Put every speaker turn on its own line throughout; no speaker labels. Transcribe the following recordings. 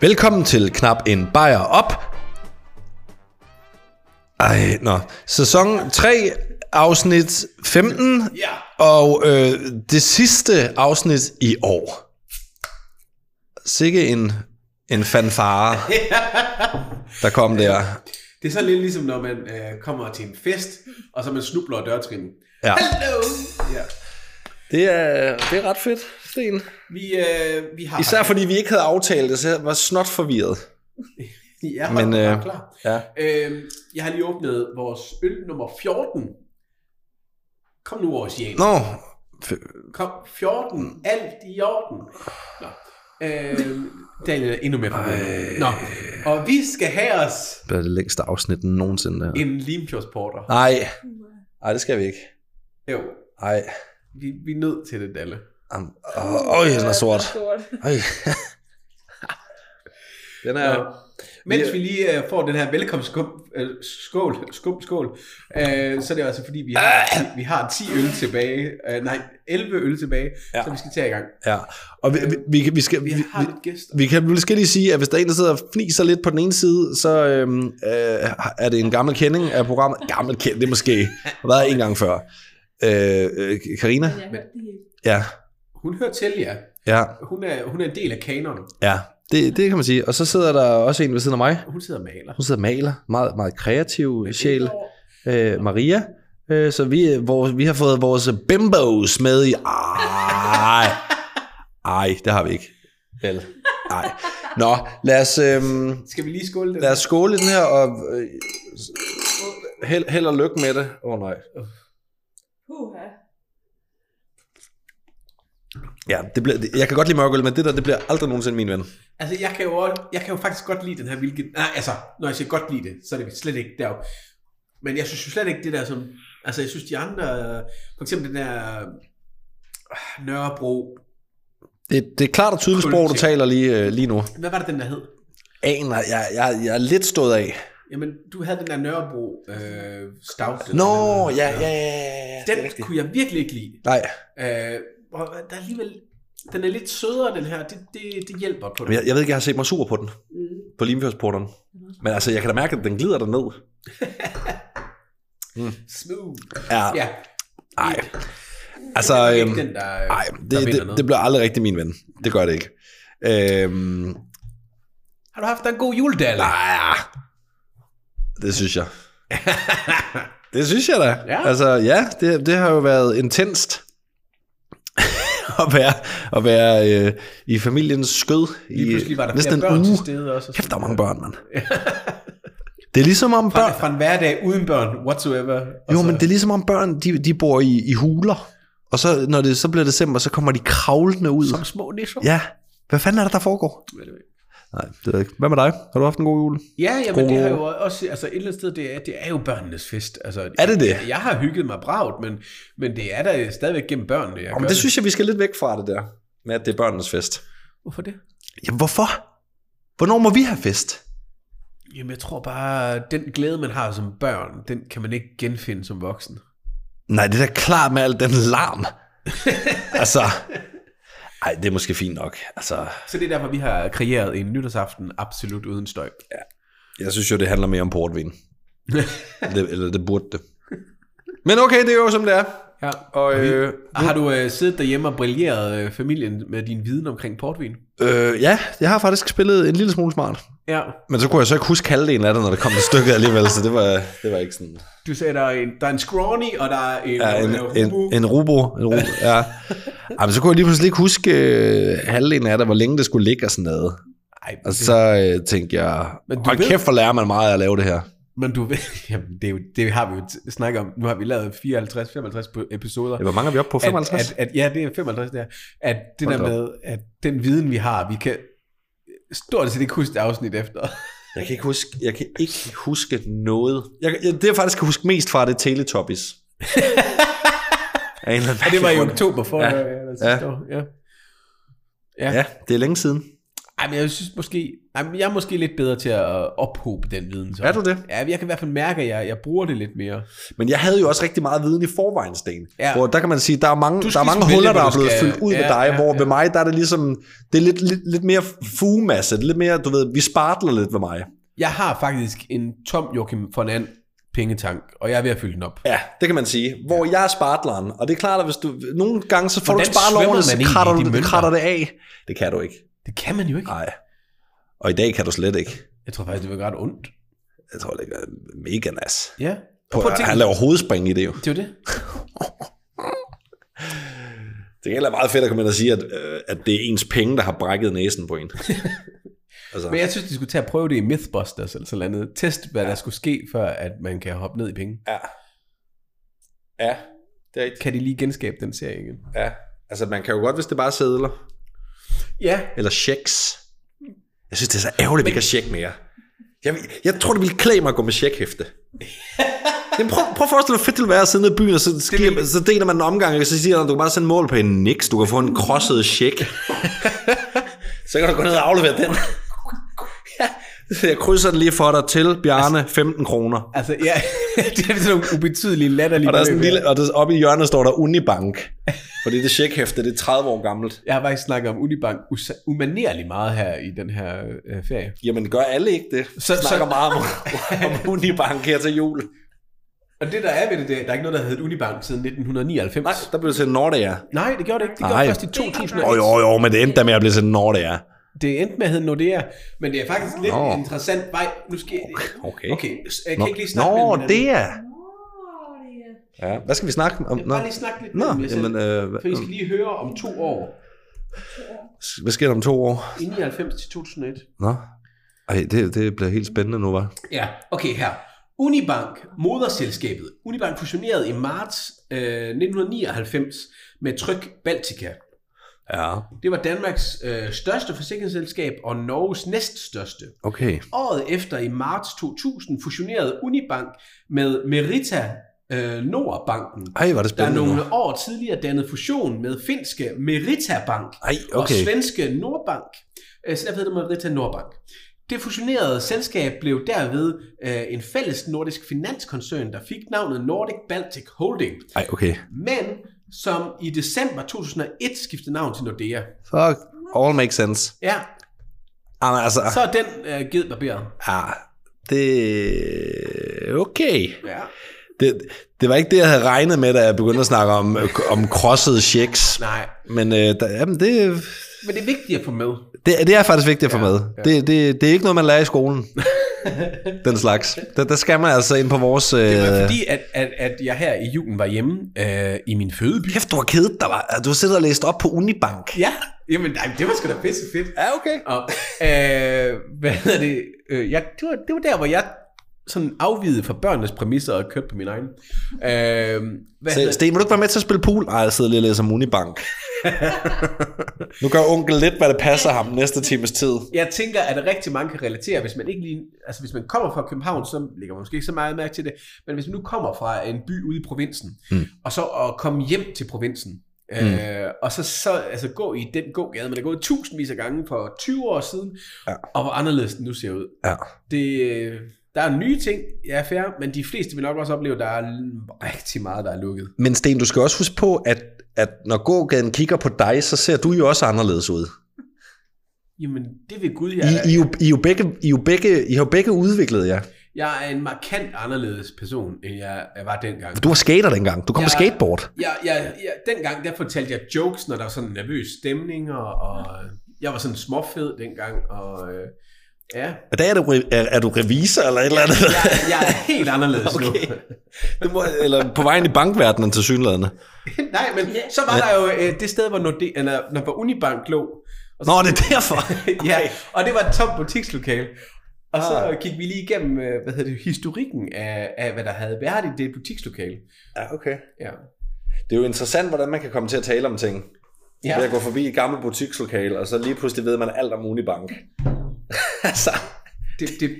Velkommen til Knap en Bajer op. Ej, nå. Sæson 3, afsnit 15. Ja. Og øh, det sidste afsnit i år. Sikke en, en fanfare, der kom der.
Det er sådan lidt ligesom, når man øh, kommer til en fest, og så man snubler af dørtrinnet.
Ja.
Hello! Ja.
Det er, det er ret fedt, Sten.
Vi, øh, vi har...
Især fordi vi ikke havde aftalt det, så jeg var snot forvirret.
Ja,
Men,
men,
øh,
øh, klar.
Ja.
Øh, jeg har lige åbnet vores øl nummer 14. Kom nu, Ocean.
Nå,
Kom, 14. Alt i orden. Nå. Øh, Daniel er endnu mere problemer. Nå. Og vi skal have os
det er det længste afsnit nogensinde. Der.
en limfjordsporter.
Nej. Nej, det skal vi ikke.
Jo,
Nej.
vi, vi er nødt til det, Dalle.
Am- Åh, oh, den er sort. Øj. den er...
Ja. Mens vi lige øh, får den her velkomstskål, øh, skål, skum, skål øh, så er det altså fordi, vi har, vi har 10 øl tilbage, øh, nej, 11 øl tilbage,
Ja.
ja. så vi skal tage i gang.
Ja. Og vi, vi, vi, kan- vi skal...
Vi
Vi,
har
vi,
lidt gæster.
vi kan måske lige sige, at hvis der er en, der sidder og fniser lidt på den ene side, så øhm, øh, er det en gammel kending af programmet. Gammel kending, det er måske. Det har været en gang før. Øh, øh, Karina?
Jeg hørte det hele.
Ja.
Hun hører til, ja.
Ja.
Hun er, hun er en del af kanonen.
Ja. Det, det kan man sige. Og så sidder der også en ved siden af mig.
Hun sidder og maler.
Hun sidder og maler. Meget, meget kreativ sjæl. øh, Maria. Øh, så vi, øh, vores, vi har fået vores bimbos med i... Ej, ej det har vi ikke. Vel? Nej. Nå, lad os, øh,
Skal vi lige skåle den?
lad os skåle i den her, og øh, held, held og lykke med det. Åh oh, nej.
Puha.
Ja, det bliver, det- jeg kan godt lide mørkøl, men det der, det bliver aldrig nogensinde min ven.
Altså, jeg kan, jo, også- jeg kan jo faktisk godt lide den her hvilket... Nej, altså, når jeg siger godt lide det, så er det slet ikke deroppe. Men jeg synes jo slet ikke det der som... Altså, jeg synes de andre... For eksempel den der... øh, Nørrebro...
Det, det er klart og tydeligt sprog, du
Kultur.
taler lige, øh, lige nu.
Hvad var det, den der hed?
Aner, jeg, jeg, jeg er lidt stået af.
Jamen, du havde den der Nørrebro øh, stout. eller
Nå,
sådan
ja,
noget.
ja, ja, ja. det er
Den
rigtigt.
kunne jeg virkelig ikke lide.
Nej,
Øh, og der er alligevel... Den er lidt sødere, den her. Det, det, det hjælper på
Men
det.
jeg, jeg ved ikke, jeg har set mig sur på den. på Limfjordsporteren. Men altså, jeg kan da mærke, at den glider derned.
Smooth.
Ja,
Ja.
ej. Altså,
det er nok
øhm,
ikke den, der, øh,
ej,
der
det,
vinder
det,
noget.
det bliver aldrig rigtig min ven. Det gør det ikke. Øhm,
Har du haft en god juledag?
nej, det synes jeg. det synes jeg da.
Ja.
Altså, ja, det, det har jo været intenst at være, at være øh, i familiens skød
Lige
i
pludselig var der
næsten
flere
en
børn
uge.
til stede også.
Kæft, der er mange børn, mand. det er ligesom om børn...
Fra, fra en hverdag uden børn, whatsoever. Og
Jo,
så-
men det er ligesom om børn, de, de bor i, i huler, og så når det så bliver december, så kommer de kravlende ud.
Som små nisser.
Ja, hvad fanden er det, der foregår? Nej, det ved jeg ikke. Hvad med dig? Har du haft en god jul?
Ja, jamen, det
Gode.
har jo også, altså et eller andet sted, det er, det er jo børnenes fest. Altså,
Er det det?
Jeg, jeg har hygget mig bragt, men, men det er da stadigvæk gennem børnene, jeg
Jamen,
gør
det synes jeg, vi skal lidt væk fra det der, med at det er børnenes fest.
Hvorfor det?
Jamen, hvorfor? Hvornår må vi have fest?
Jamen, jeg tror bare, den glæde, man har som børn, den kan man ikke genfinde som voksen.
Nej, det er da klart med al den larm. altså, ej, det er måske fint nok. Altså,
Så det er derfor, vi har kreeret en nytårsaften absolut uden støj.
jeg synes jo, det handler mere om portvin. det, eller det burde det. Men okay, det er jo, som det er.
Ja.
Og, øh,
Har du øh, siddet derhjemme og brilleret øh, familien med din viden omkring portvin?
Øh, ja, jeg har faktisk spillet en lille smule smart.
Ja.
Men så kunne jeg så ikke huske halvdelen af det, når det kom til stykket alligevel, så det var, det var ikke sådan...
Du sagde, der er en, der er en scrawny, og der er en,
Ja, en,
øh,
en,
hobo.
en rubo. En rubo ja. Jamen, så kunne jeg lige pludselig ikke huske øh, halvdelen af det, hvor længe det skulle ligge og sådan noget.
Ej,
Og så øh, tænkte jeg,
Men du
hold
ved-
kæft, hvor lærer man meget af at lave det her.
Men du ved, jamen, det, er jo, det har vi jo t- snakket om. Nu har vi lavet 54-55 på- episoder.
Ja, Hvor mange er vi oppe på? 55?
At, at, at, ja, det er 55 der. At det
Hold
der
da
med, at den viden, vi har, vi kan stort set ikke huske et afsnit efter.
Jeg kan ikke huske, jeg kan ikke huske noget. Jeg, jeg, det jeg faktisk kan huske mest fra, det er Teletubbies. Af en eller anden
Og det var
mærkelig
i
grund.
oktober for
Ja.
ja. Ja, sidste år. Ja.
Ja, det er længe siden.
Ej, men jeg synes måske, ej, men jeg er måske lidt bedre til at ophobe den viden. Så.
Er du det?
Ja, jeg kan i hvert fald mærke, at jeg, jeg bruger det lidt mere.
Men jeg havde jo også rigtig meget viden i forvejen, Sten.
Ja.
Ja. Hvor der kan man sige, der er mange,
Du
der
skal
er mange
ligesom vælge,
huller, der
hvad
er
du
blevet
skal-
fyldt ud ja, med dig, ja, hvor ja. ved mig, der er det ligesom, det er lidt, lidt, lidt mere fugemasse, det er lidt mere, du ved, vi spartler lidt ved mig.
Jeg har faktisk en tom Joachim von And pengetank, og jeg er ved at fylde den op.
Ja, det kan man sige. Hvor jeg er spartleren, og det er klart, at hvis du, nogle gange så får
Hvordan
du spartlovene,
svømmer
så
man egentlig i
kratter,
de
du,
mønter?
kratter det af. Det kan du ikke.
Det kan man jo ikke.
Nej. Og i dag kan du slet ikke.
Ah, Jeg tror faktisk, det vil gøre ret ondt.
Jeg tror, det er mega nas.
Ja.
På,
prøv at
han
tænke,
laver hovedspring i det jo.
det er jo det.
Det er meget fedt at komme ind og sige, at, øh, at det er ens penge, der har brækket næsen på en. altså,
Men jeg synes, de skulle tage at prøve det i Mythbusters eller sådan noget. andet. Test, hvad der skulle ske, før at man kan hoppe ned i penge.
ja. Ja, det er rigtigt.
Kan de lige genskabe den serie igen?
Ja. Altså, man kan jo godt, hvis det bare er sædler.
Ja.
Eller checks. Jeg synes, det er så ærgerligt, at vi ikke har check mere. Jeg, jeg tror, det ville klæde mig at gå med checkhæfte. Jamen, prøv, prøv at forestille dig, hvor fedt det ville være at sidde nede i byen, og så, sker, så deler man en omgang, og så siger han, du kan bare sende mål på en niks, du kan få en krosset check. så kan du gå ned og aflevere den. Så jeg krydser den lige for dig til, Bjarne, 15 kroner.
Altså, ja. det er sådan nogle ubetydelige latterlige
Og, der er sådan en
beløb,
lille, og der, oppe i hjørnet står der Unibank, fordi det checkhæfte, det er 30 år gammelt.
Jeg har faktisk snakket om Unibank usa- umanerligt meget her i den her øh, ferie.
Jamen, gør alle ikke det?
Så-
Så, snakker
så-
meget om, om Unibank her til jul.
Og det der er ved det, det er, der er ikke noget, der hedder Unibank siden 1999.
Nej, der blev det til Nordea.
Nej, det gjorde det ikke. Det gjorde
Nej.
det først i 2001.
Åh, jo, jo, men det endte da med at blive til Nordea.
Det endte med at hedde Nordea, men det er faktisk lidt
Nå.
en interessant vej. Nu skal jeg...
Okay.
Okay, jeg kan
Nå,
ikke lige snakke med
Nordea.
Nå, det er...
Ja, hvad skal vi snakke om?
Jeg vil
Nå,
bare lige snakke lidt
Nå
med jer selv.
jamen, øh,
For I skal
hvad,
lige høre om to år.
øh, hvad sker der om to år?
I 99 til 2001.
Nå, Ej, det, det bliver helt spændende nu, var.
Ja, okay her. Unibank, moderselskabet. Unibank fusionerede i marts øh, 1999 med Tryk Baltica.
Ja.
Det var Danmarks øh, største forsikringsselskab og Norges næststørste.
Okay.
Året efter i marts 2000 fusionerede Unibank med Merita øh, Nordbanken.
Ej, var det
der
spændende nu.
nogle år tidligere dannede fusion med finske Merita Bank
Ej,
og
okay.
svenske Nordbank. Øh, Så derfor hedder det Merita Nordbank. Det fusionerede selskab blev derved øh, en fælles nordisk finanskoncern, der fik navnet Nordic Baltic Holding,
Ej, okay.
men som i december 2001 skiftede navn til Nordea.
Fuck. All makes sense.
Ja,
Jamen, altså,
så er den øh, givet barberet.
ja, det... Okay.
Ja.
Det, det var ikke det, jeg havde regnet med, da jeg begyndte at snakke om, om crossede checks.
Nej,
Men øh, der, jamen, det,
men det er vigtigt at få med.
det, det er faktisk vigtigt at få ja,
Ja,
med.
ja.
Ja. Det, det, det er ikke noget, man lærer i skolen. den slags. Der, der skal man altså ind på vores... Øh...
Det var fordi, at, at, at jeg her i julen var hjemme øh, i min fødeby.
Kæft, du har kedet dig, var. Du har siddet og læst op på Unibank.
Ja, jamen nej, det var sgu da pisse fedt.
Ja, okay.
Og, øh, hvad hedder det? Øh, jeg, det, var, det var der, hvor jeg sådan afvidede fra børnenes præmisser og kørte på min egen. Øh, hvad
Så,
hedder det?
Sten, vil du ikke være med til at spille pool? Nej, jeg sidder lige og læser om Unibank. nu gør onkel lidt, hvad det passer ham næste times tid.
Jeg tænker, at rigtig mange kan relatere, hvis man ikke lige, altså hvis man kommer fra København, så ligger man måske ikke så meget mærke til det, men hvis man nu kommer fra en by ude i provinsen, mm.
Mm.
og så at komme hjem til provinsen, mm. øh, og så, så altså, gå i den gågade, man er gået tusindvis af gange for 20 år siden, ja.
Ja.
og hvor anderledes den nu ser ud.
Ja.
Det, øh, der er nye ting, ja fair, men de fleste vil nok også opleve, at der er l- rigtig meget, der er lukket.
Men Sten, du skal også huske på, at, at når gågaden kigger på dig, så ser du jo også anderledes ud.
Jamen, det vil Gud, jeg
I, I,
er.
er jo- I, er jo begge, I, er jo begge, I har jo begge udviklet jer.
Jeg er en markant anderledes person, end jeg jeg var dengang.
Du var skater dengang. Du kom ja. på
Ja.
skateboard.
Jeg, jeg, jeg, dengang, der fortalte jeg jokes, når der var sådan en nervøs stemning, og, og jeg var sådan småfed dengang, og øh, ja,
Og der er du, re- er, er du revisor eller et eller andet?
jeg, jeg er helt anderledes okay. nu.
Du må, eller på vejen i bankverdenen til synlædende.
Nej, men yeah. så var der jo øh, det sted, hvor, Nordea, eller, når, hvor Unibank lå. Og så,
Nå, det er derfor.
ja, og det var et tomt butikslokale. Og så
Ah.
gik vi lige igennem, øh, hvad hedder det, historikken af, af, hvad der havde været i det butikslokale.
Ja, okay.
Ja.
Det er jo interessant, hvordan man kan komme til at tale om ting.
Ja.
Ja. Ved at gå forbi et gammelt butikslokale, og så lige pludselig ved man alt om Unibank. altså,
Det, det,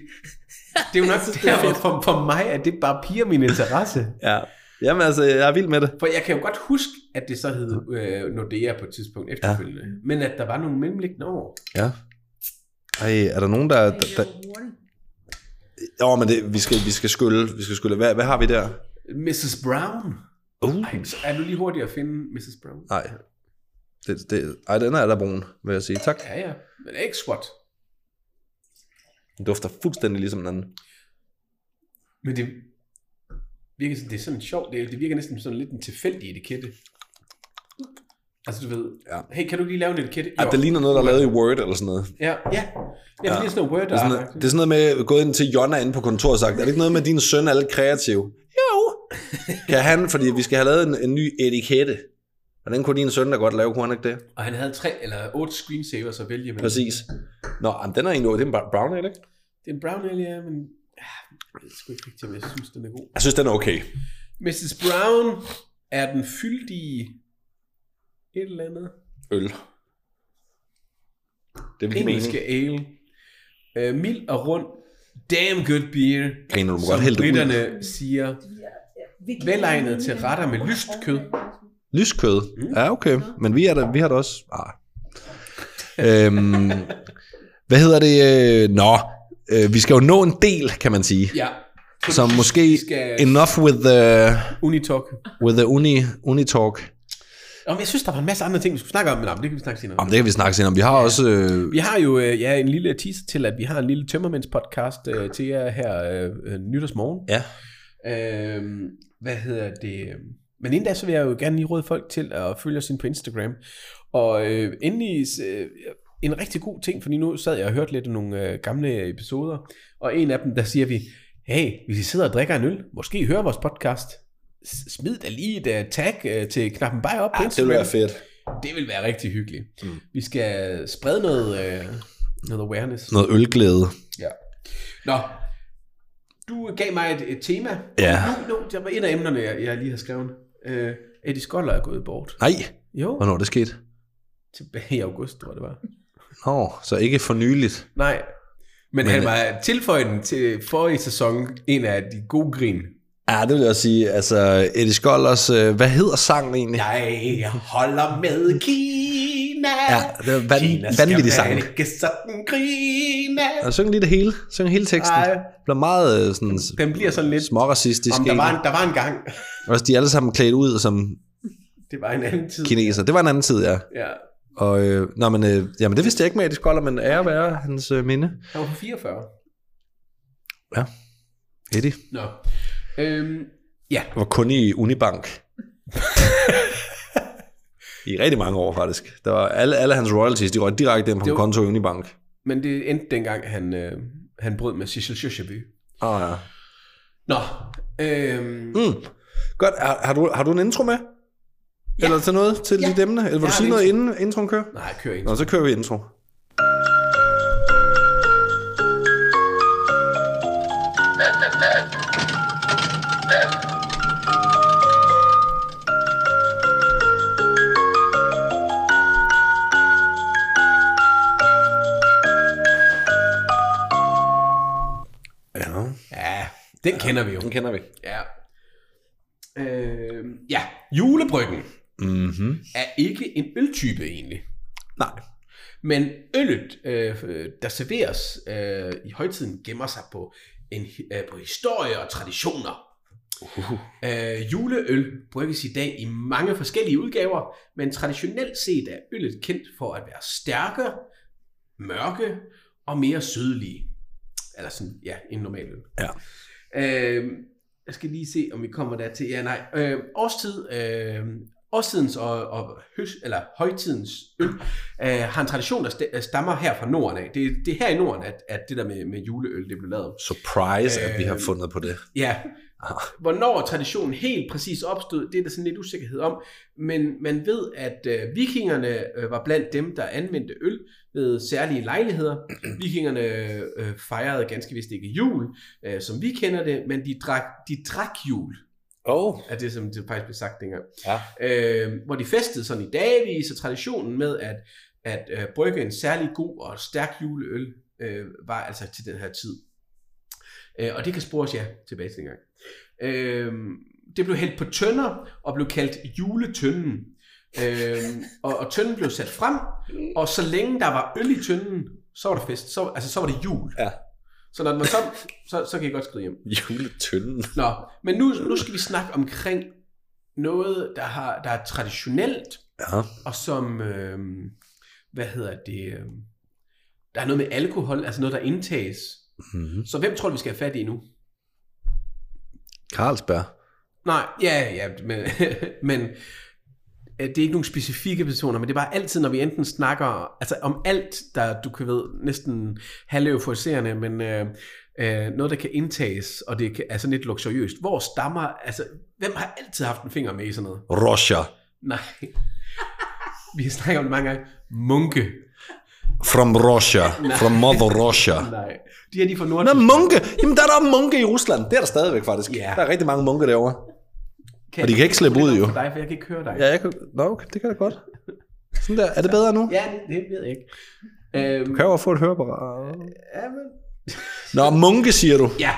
det er jo nok derfor, for, for mig, at det bare piger min interesse.
ja. Jamen altså, jeg er vild med det.
For jeg kan jo godt huske, at det så hed øh, Nordea på et tidspunkt efterfølgende. Ja. Men at der var nogle mellemliggende år.
Ja. Ej, er der nogen, der... der, der... Jo, men det, vi, skal, vi skal skylle. Vi skal skylle. Hvad, hvad har vi der?
Mrs. Brown.
Uh.
Ej, så er du lige hurtig at finde Mrs. Brown?
Nej. Det, det, ej, den er der brun, vil jeg sige. Tak.
Ja, ja. Men det er ikke squat.
Den dufter fuldstændig ligesom den anden.
Men det virker sådan, det er sådan sjovt. Det, det virker næsten sådan lidt en tilfældig etikette. Altså du ved,
Ja.
hey, kan du ikke lige lave en etikette?
Ej,
Jo.
det ligner noget, der er lavet i Word eller sådan noget.
Ja, ja. ja, det er sådan noget word
Det er, sådan, det er sådan noget med gået ind til Jonna inde på kontoret og sagt, er det ikke noget med, at din søn er lidt kreativ? Jo. Kan han, fordi vi skal have lavet en, en ny etikette. Hvordan kunne din søn da godt lave, kunne han ikke det?
Og han havde tre eller otte screensavers at vælge mellem.
Præcis. Nå, men den er egentlig, det er en bra- brown ale, ikke?
Det er en brown ale, ja, men ah, jeg ved sgu ikke rigtigt, om jeg synes, den er god.
Jeg synes, den er okay.
Mrs. Brown er den fyldige et eller andet.
Øl. Det er min mening.
Engelske ale. Uh, mild og rund. Damn good beer.
Griner, du må
som
godt hælde det ud.
britterne siger. Velegnet til retter med lyst kød.
Lyskød? Mm. Ja, okay. Men vi, er der, vi har da også... Ah. Øhm, hvad hedder det? øh, Nå, øh, vi skal jo nå en del, kan man sige.
Ja.
Så
vi-
måske
vi skal
enough with the,
Unitalk.
with the uni, uni-talk.
Og jeg synes, der var en masse andre ting, vi skulle snakke om, men om det kan vi snakke senere.
Om det kan vi snakke senere om. Vi har også... Øh,
Vi har jo øh, ja, en lille teaser til, at vi har en lille tømmermænds-podcast øh, til jer her øh, øh, nytårsmorgen.
ja.
Øh, hvad hedder det? Men inden da, så vil jeg jo gerne lige råde folk til at følge os ind på Instagram. Og øh, endelig øh, en rigtig god ting, fordi nu sad jeg og hørte lidt af nogle øh, gamle episoder, og en af dem, der siger vi, hey, hvis I sidder og drikker en øl, måske hører vores podcast, s- smid da lige et uh, tag uh, til knappen bare op på
Ah, Det
Instagram.
ville være fedt.
Det vil være rigtig hyggeligt. Mm. Vi skal sprede noget, øh, noget awareness.
Noget ølglæde.
Ja. Nå, du gav mig et, et tema.
Ja.
Nu, nu, der var et af emnerne, jeg, jeg lige har skrevet. Øh, Eddie Skoller er gået bort.
Nej,
Jo,
hvornår er det skete?
tilbage i august, tror jeg det var.
Nå, så ikke for nyligt.
Nej,
Men-
men, men han var tilføjet til forrige sæson en af de gode grin.
Ja, det vil jeg også sige. Altså, Eddie Skolders... Øh, hvad hedder sangen egentlig?
Jeg holder med Kina.
Ja, det var van-
Kina skal
vanvittig sang.
man ikke sådan grine.
Og syng lige det hele. Syng hele teksten.
Ej.
Det bliver meget øh, sådan
Den bliver sådan lidt...
småracistisk.
Om der,
egentlig.
var en, der var en gang.
Også de er alle sammen klædt ud som
Det var en anden tid.
kineser. Det var en anden tid, ja.
Ja.
Og, øh, nå, men, øh, jamen, det vidste jeg ikke med Eddie Skoller, men ære være hans øh, minde.
Han var på 44.
Ja. Eddie.
Nå. Øhm, ja.
Jeg var kun i Unibank. I rigtig mange år, faktisk. Der var alle, alle hans royalties, de røg direkte ind på
Det
en
var-
konto i Unibank.
Men det endte dengang, han, øh, han brød med Cecil Sjøsjeby.
Åh, oh, ja.
Nå. Øhm, mm.
Mm. Godt. Har, har, du, har du en intro med? Ja. Eller til noget? Til ja. dit emne? Eller vil
Jeg
du
har
sige
en
noget, inden introen kører?
Nej, kør ikke.
Nå, så kører vi intro. Ja,
Ja, den kender vi jo.
den kender vi.
Ja. Øhm, ja. Julebryggen
Mm-hmm.
er ikke en øltype egentlig.
Nej.
Men øllet, øh, øh, der serveres øh, i højtiden, gemmer sig på, en, øh, på historie og traditioner. Uh. Øh, juleøl brygges i dag i mange forskellige udgaver, men traditionelt set er øllet kendt for at være stærke, mørke og mere sødlige. Eller sådan, ja, en normal øl.
Ja.
Øh, jeg skal lige se, om vi kommer der til. Ja, nej. Øh, årstid, øh, årstidens og, og høst, eller højtidens øl øh, har en tradition, der st- stammer her fra Norden af. Det, det er her i Norden, at, at det der med, med juleøl, det blev lavet.
Surprise, at vi har
Øh,
fundet på det.
Ja.
Ah.
Hvornår traditionen helt præcis opstod, det er der sådan lidt usikkerhed om. Men man ved, at øh, vikingerne øh, var blandt dem, der anvendte øl ved særlige lejligheder. Vikingerne øh, fejrede ganske vist ikke jul, øh, som vi kender det, men de drak, de drak jul,
Åh, oh,
er det, som det faktisk blev sagt dengang.
ja.
Øh, hvor de festede sådan i dagvis, og traditionen med at, at øh, brygge en særlig god og stærk juleøl øh, var altså til den her tid. Øh, og det kan spores ja tilbage til dengang. Øh, det blev hældt på tønder og blev kaldt juletønden. Øh, og, og tønden blev sat frem, og så længe der var øl i tønden, så var der fest, så, altså så var det jul.
Ja.
Så når den var tom, så, så kan jeg godt skride hjem.
Juletønden.
Nå, men nu, nu skal vi snakke omkring noget, der, har, der er traditionelt,
Ja.
og som, øh, hvad hedder det, øh, der er noget med alkohol, altså noget, der indtages.
Mm-hmm.
Så hvem tror du, vi skal have fat i nu?
Carlsberg.
Nej, ja, ja, men, men øh, det er ikke nogen specifikke personer, men det er bare altid, når vi enten snakker altså om alt, der du kan ved, næsten halvøuforiserende, men øh, øh, noget, der kan indtages, og det kan, er sådan lidt luksuriøst. Hvor stammer, altså, hvem har altid haft en finger med i sådan noget?
Russia.
Nej. Vi har snakket om det mange gange. Munke.
From Russia. From Mother Russia.
Nej. De er de fra
Nå,
Nordtyskland.
munke. Jamen, der er der munke i Rusland. Det er der stadigvæk, faktisk.
Ja.
Der er rigtig mange munke derovre.
Kan
og de kan ikke slippe ud,
Det er
jo.
nok for Dig, for jeg kan ikke høre dig.
Ja, jeg kan... Nå, okay, det kan jeg godt. Sådan der. Er det bedre nu?
ja det, det, ved jeg ikke. Øhm,
Kan jeg jo få et høreapparat?
ja, men...
Nå, munke, siger du.
Ja,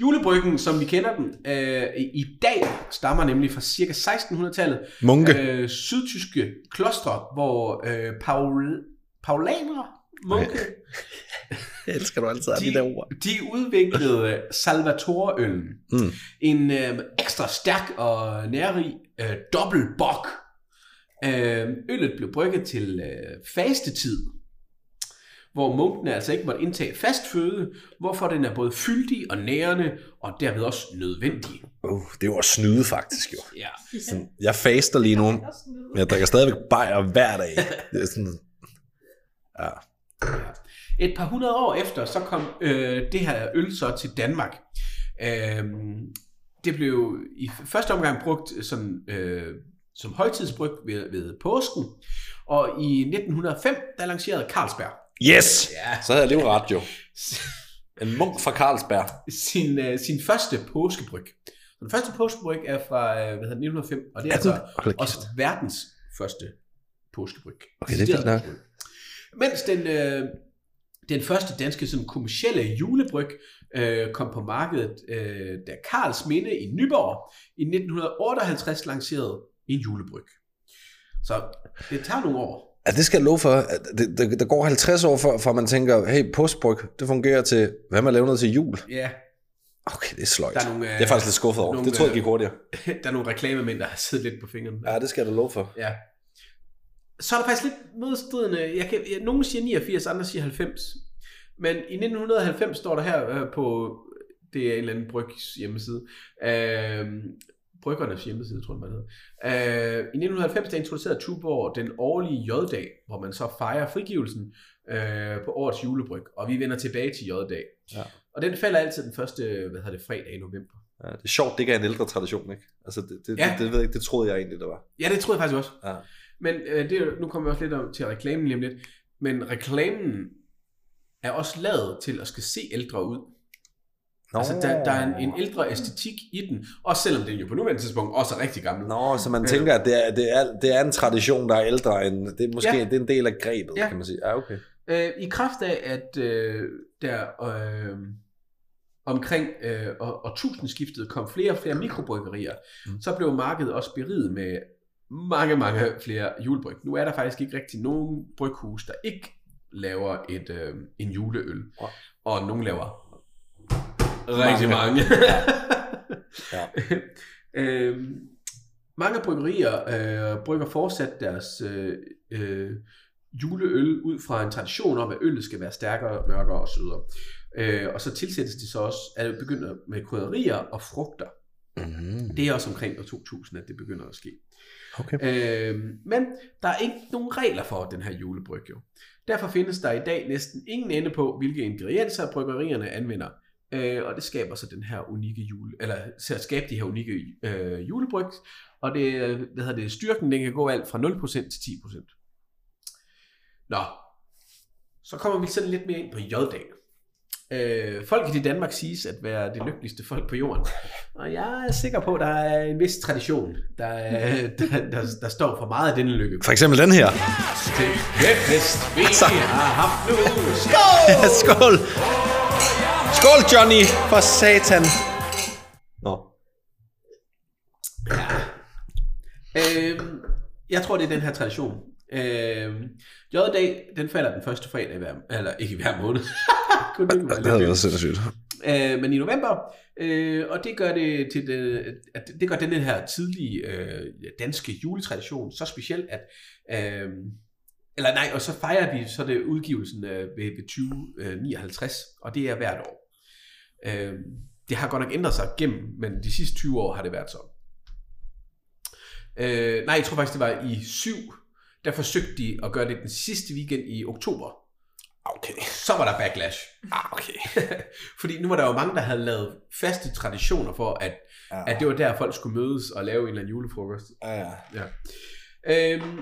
julebryggen, som vi kender den, øh, i i dag stammer nemlig fra cirka 1600-tallet.
Munke.
Øh, sydtyske klostre, hvor øh, Paul, paulanere, munke,
Jeg elsker du altid at
de, de udviklede Salvatoreøllen.
Mm.
En øh, ekstra stærk og nærig øh, dobbeltbok. Øh, øllet blev brygget til øh, fastetid, hvor munkene altså ikke måtte indtage fast føde, hvorfor den er både fyldig og nærende, og derved også nødvendig.
Uh, det var snyde, faktisk, jo.
Ja.
Sådan, Jeg faster lige nu. Men Jeg drikker stadigvæk bajer hver dag. Det er sådan... Ja.
Et par hundrede år efter, så kom øh, det her øl så til Danmark. Øh, det blev i første omgang brugt som, øh, som højtidsbryg ved, ved påsken, og i 1905, der lancerede Carlsberg
Yes!
Ja.
Så havde jeg livret, jo. En munk fra Carlsberg.
sin, øh, sin første påskebryg. Så Den første påskebryg er fra øh, hvad hedder, det, 1905, og det er altså
Hold da
også
kæft.
verdens første påskebryg.
Okay, det er vildt nok.
Mens den, øh, den første danske sådan, kommercielle julebryg øh, kom på markedet, øh, da Karls Minde i Nyborg i 1958 lancerede en julebryg. Så det tager nogle år.
Altså, det skal jeg love for. at Det, det, der går 50 år før, før man tænker, hey, postbryg, det fungerer til, hvad man laver noget til jul.
Ja,
Okay, det er sløjt.
Der er nogle, øh,
det er jeg faktisk lidt skuffet over.
nogle, øh,
det tror jeg gik hurtigere.
der er nogle reklamemænd, der har siddet lidt på fingrene.
Ja, det skal jeg da love for.
Ja. Så er der faktisk lidt modstridende. Jeg kan, jeg, nogen siger 89, andre siger 90. Men i 1990 står der her øh, på, det er en eller anden brygs hjemmeside, øh, bryggernes hjemmeside, tror jeg, man hedder. Øh, I 1990 der introducerede Tuborg den årlige J-dag, hvor man så fejrer frigivelsen øh, på årets julebryg. Og vi vender tilbage til J-dag.
Ja.
Og den falder altid den første, øh, hvad hedder det, fredag i november.
Ja, det er sjovt, det ikke er en ældre tradition, ikke? Altså, det, det,
Ja.
det, det, ved jeg ikke, det troede jeg egentlig, det var.
Ja, det troede jeg faktisk også.
Ja.
Men øh, det, er jo- nu kommer vi også lidt om, til reklamen lige om lidt. Men reklamen er også lavet til at skal se ældre ud.
Nå,
Altså, der, der er en, en ældre æstetik i den. Også selvom den jo på nuværende tidspunkt også er rigtig gammel.
Nå, så man tænker, at det er, det, er, det er en tradition, der er ældre end... Det er måske
Ja.
ja. det er en del af grebet,
Ja.
ja. kan man sige. Ja, okay.
Øh, I kraft af, at øh, der øh, omkring øh, og, og tusindskiftet kom flere og flere mikrobryggerier, mm.
Mm.
så blev markedet også beriget med mange, mange flere julebryg. Nu er der faktisk ikke rigtig nogen bryghus, der ikke laver et, øh, en juleøl.
Wow.
Og nogen laver rigtig mange.
Mange.
ja.
Ja.
øhm, mange bryggerier øh, brygger fortsat deres øh, øh, juleøl ud fra en tradition om, at øllet skal være stærkere, mørkere og sødere. Øh, og så tilsættes det så også, at det begynder med krydderier og frugter.
Mm-hmm.
Det er også omkring år 2000, at det begynder at ske.
Okay.
Øh, men der er ikke nogen regler for den her julebryg jo. Derfor findes der i dag næsten ingen ende på, hvilke ingredienser bryggerierne anvender. Øh, og det skaber så den her unikke jule, eller til at skabe de her unikke øh, julebryg. Og det, øh, hvad hedder det, styrken den kan gå alt fra 0% til 10%. Nå, så kommer vi sådan lidt mere ind på J-dag. Øh, folk i Danmark siges at være det lykkeligste folk på jorden. Og jeg er sikker på, at der er en vis tradition, der, øh, der, der, der står for meget af denne lykke.
For eksempel den her.
Det kæftest, vi
Så.
har haft nu. Skål!
Skål! Skål, Johnny! For satan! Nå.
Øhm, jeg tror, det er den her tradition, Øh, J-dag, den falder den første fredag i hver, eller ikke i hver måned. Kun det,
Det havde været sindssygt.
øh, men i november, øh, og det gør det til det, at det gør den her tidlige øh, danske juletradition så speciel, at øh, eller nej, og så fejrer vi så det udgivelsen øh, ved, ved 2059, og det er hvert år. Øh, det har godt nok ændret sig gennem, men de sidste 20 år har det været sådan. Øh, nej, jeg tror faktisk, det var i 7, der forsøgte de at gøre det den sidste weekend i oktober.
Okay.
Så var der backlash.
Ah, okay.
Fordi nu var der jo mange, der havde lavet faste traditioner for, at,
Ja.
at det var der, folk skulle mødes og lave en eller anden julefrokost.
Ja, ja.
Øhm,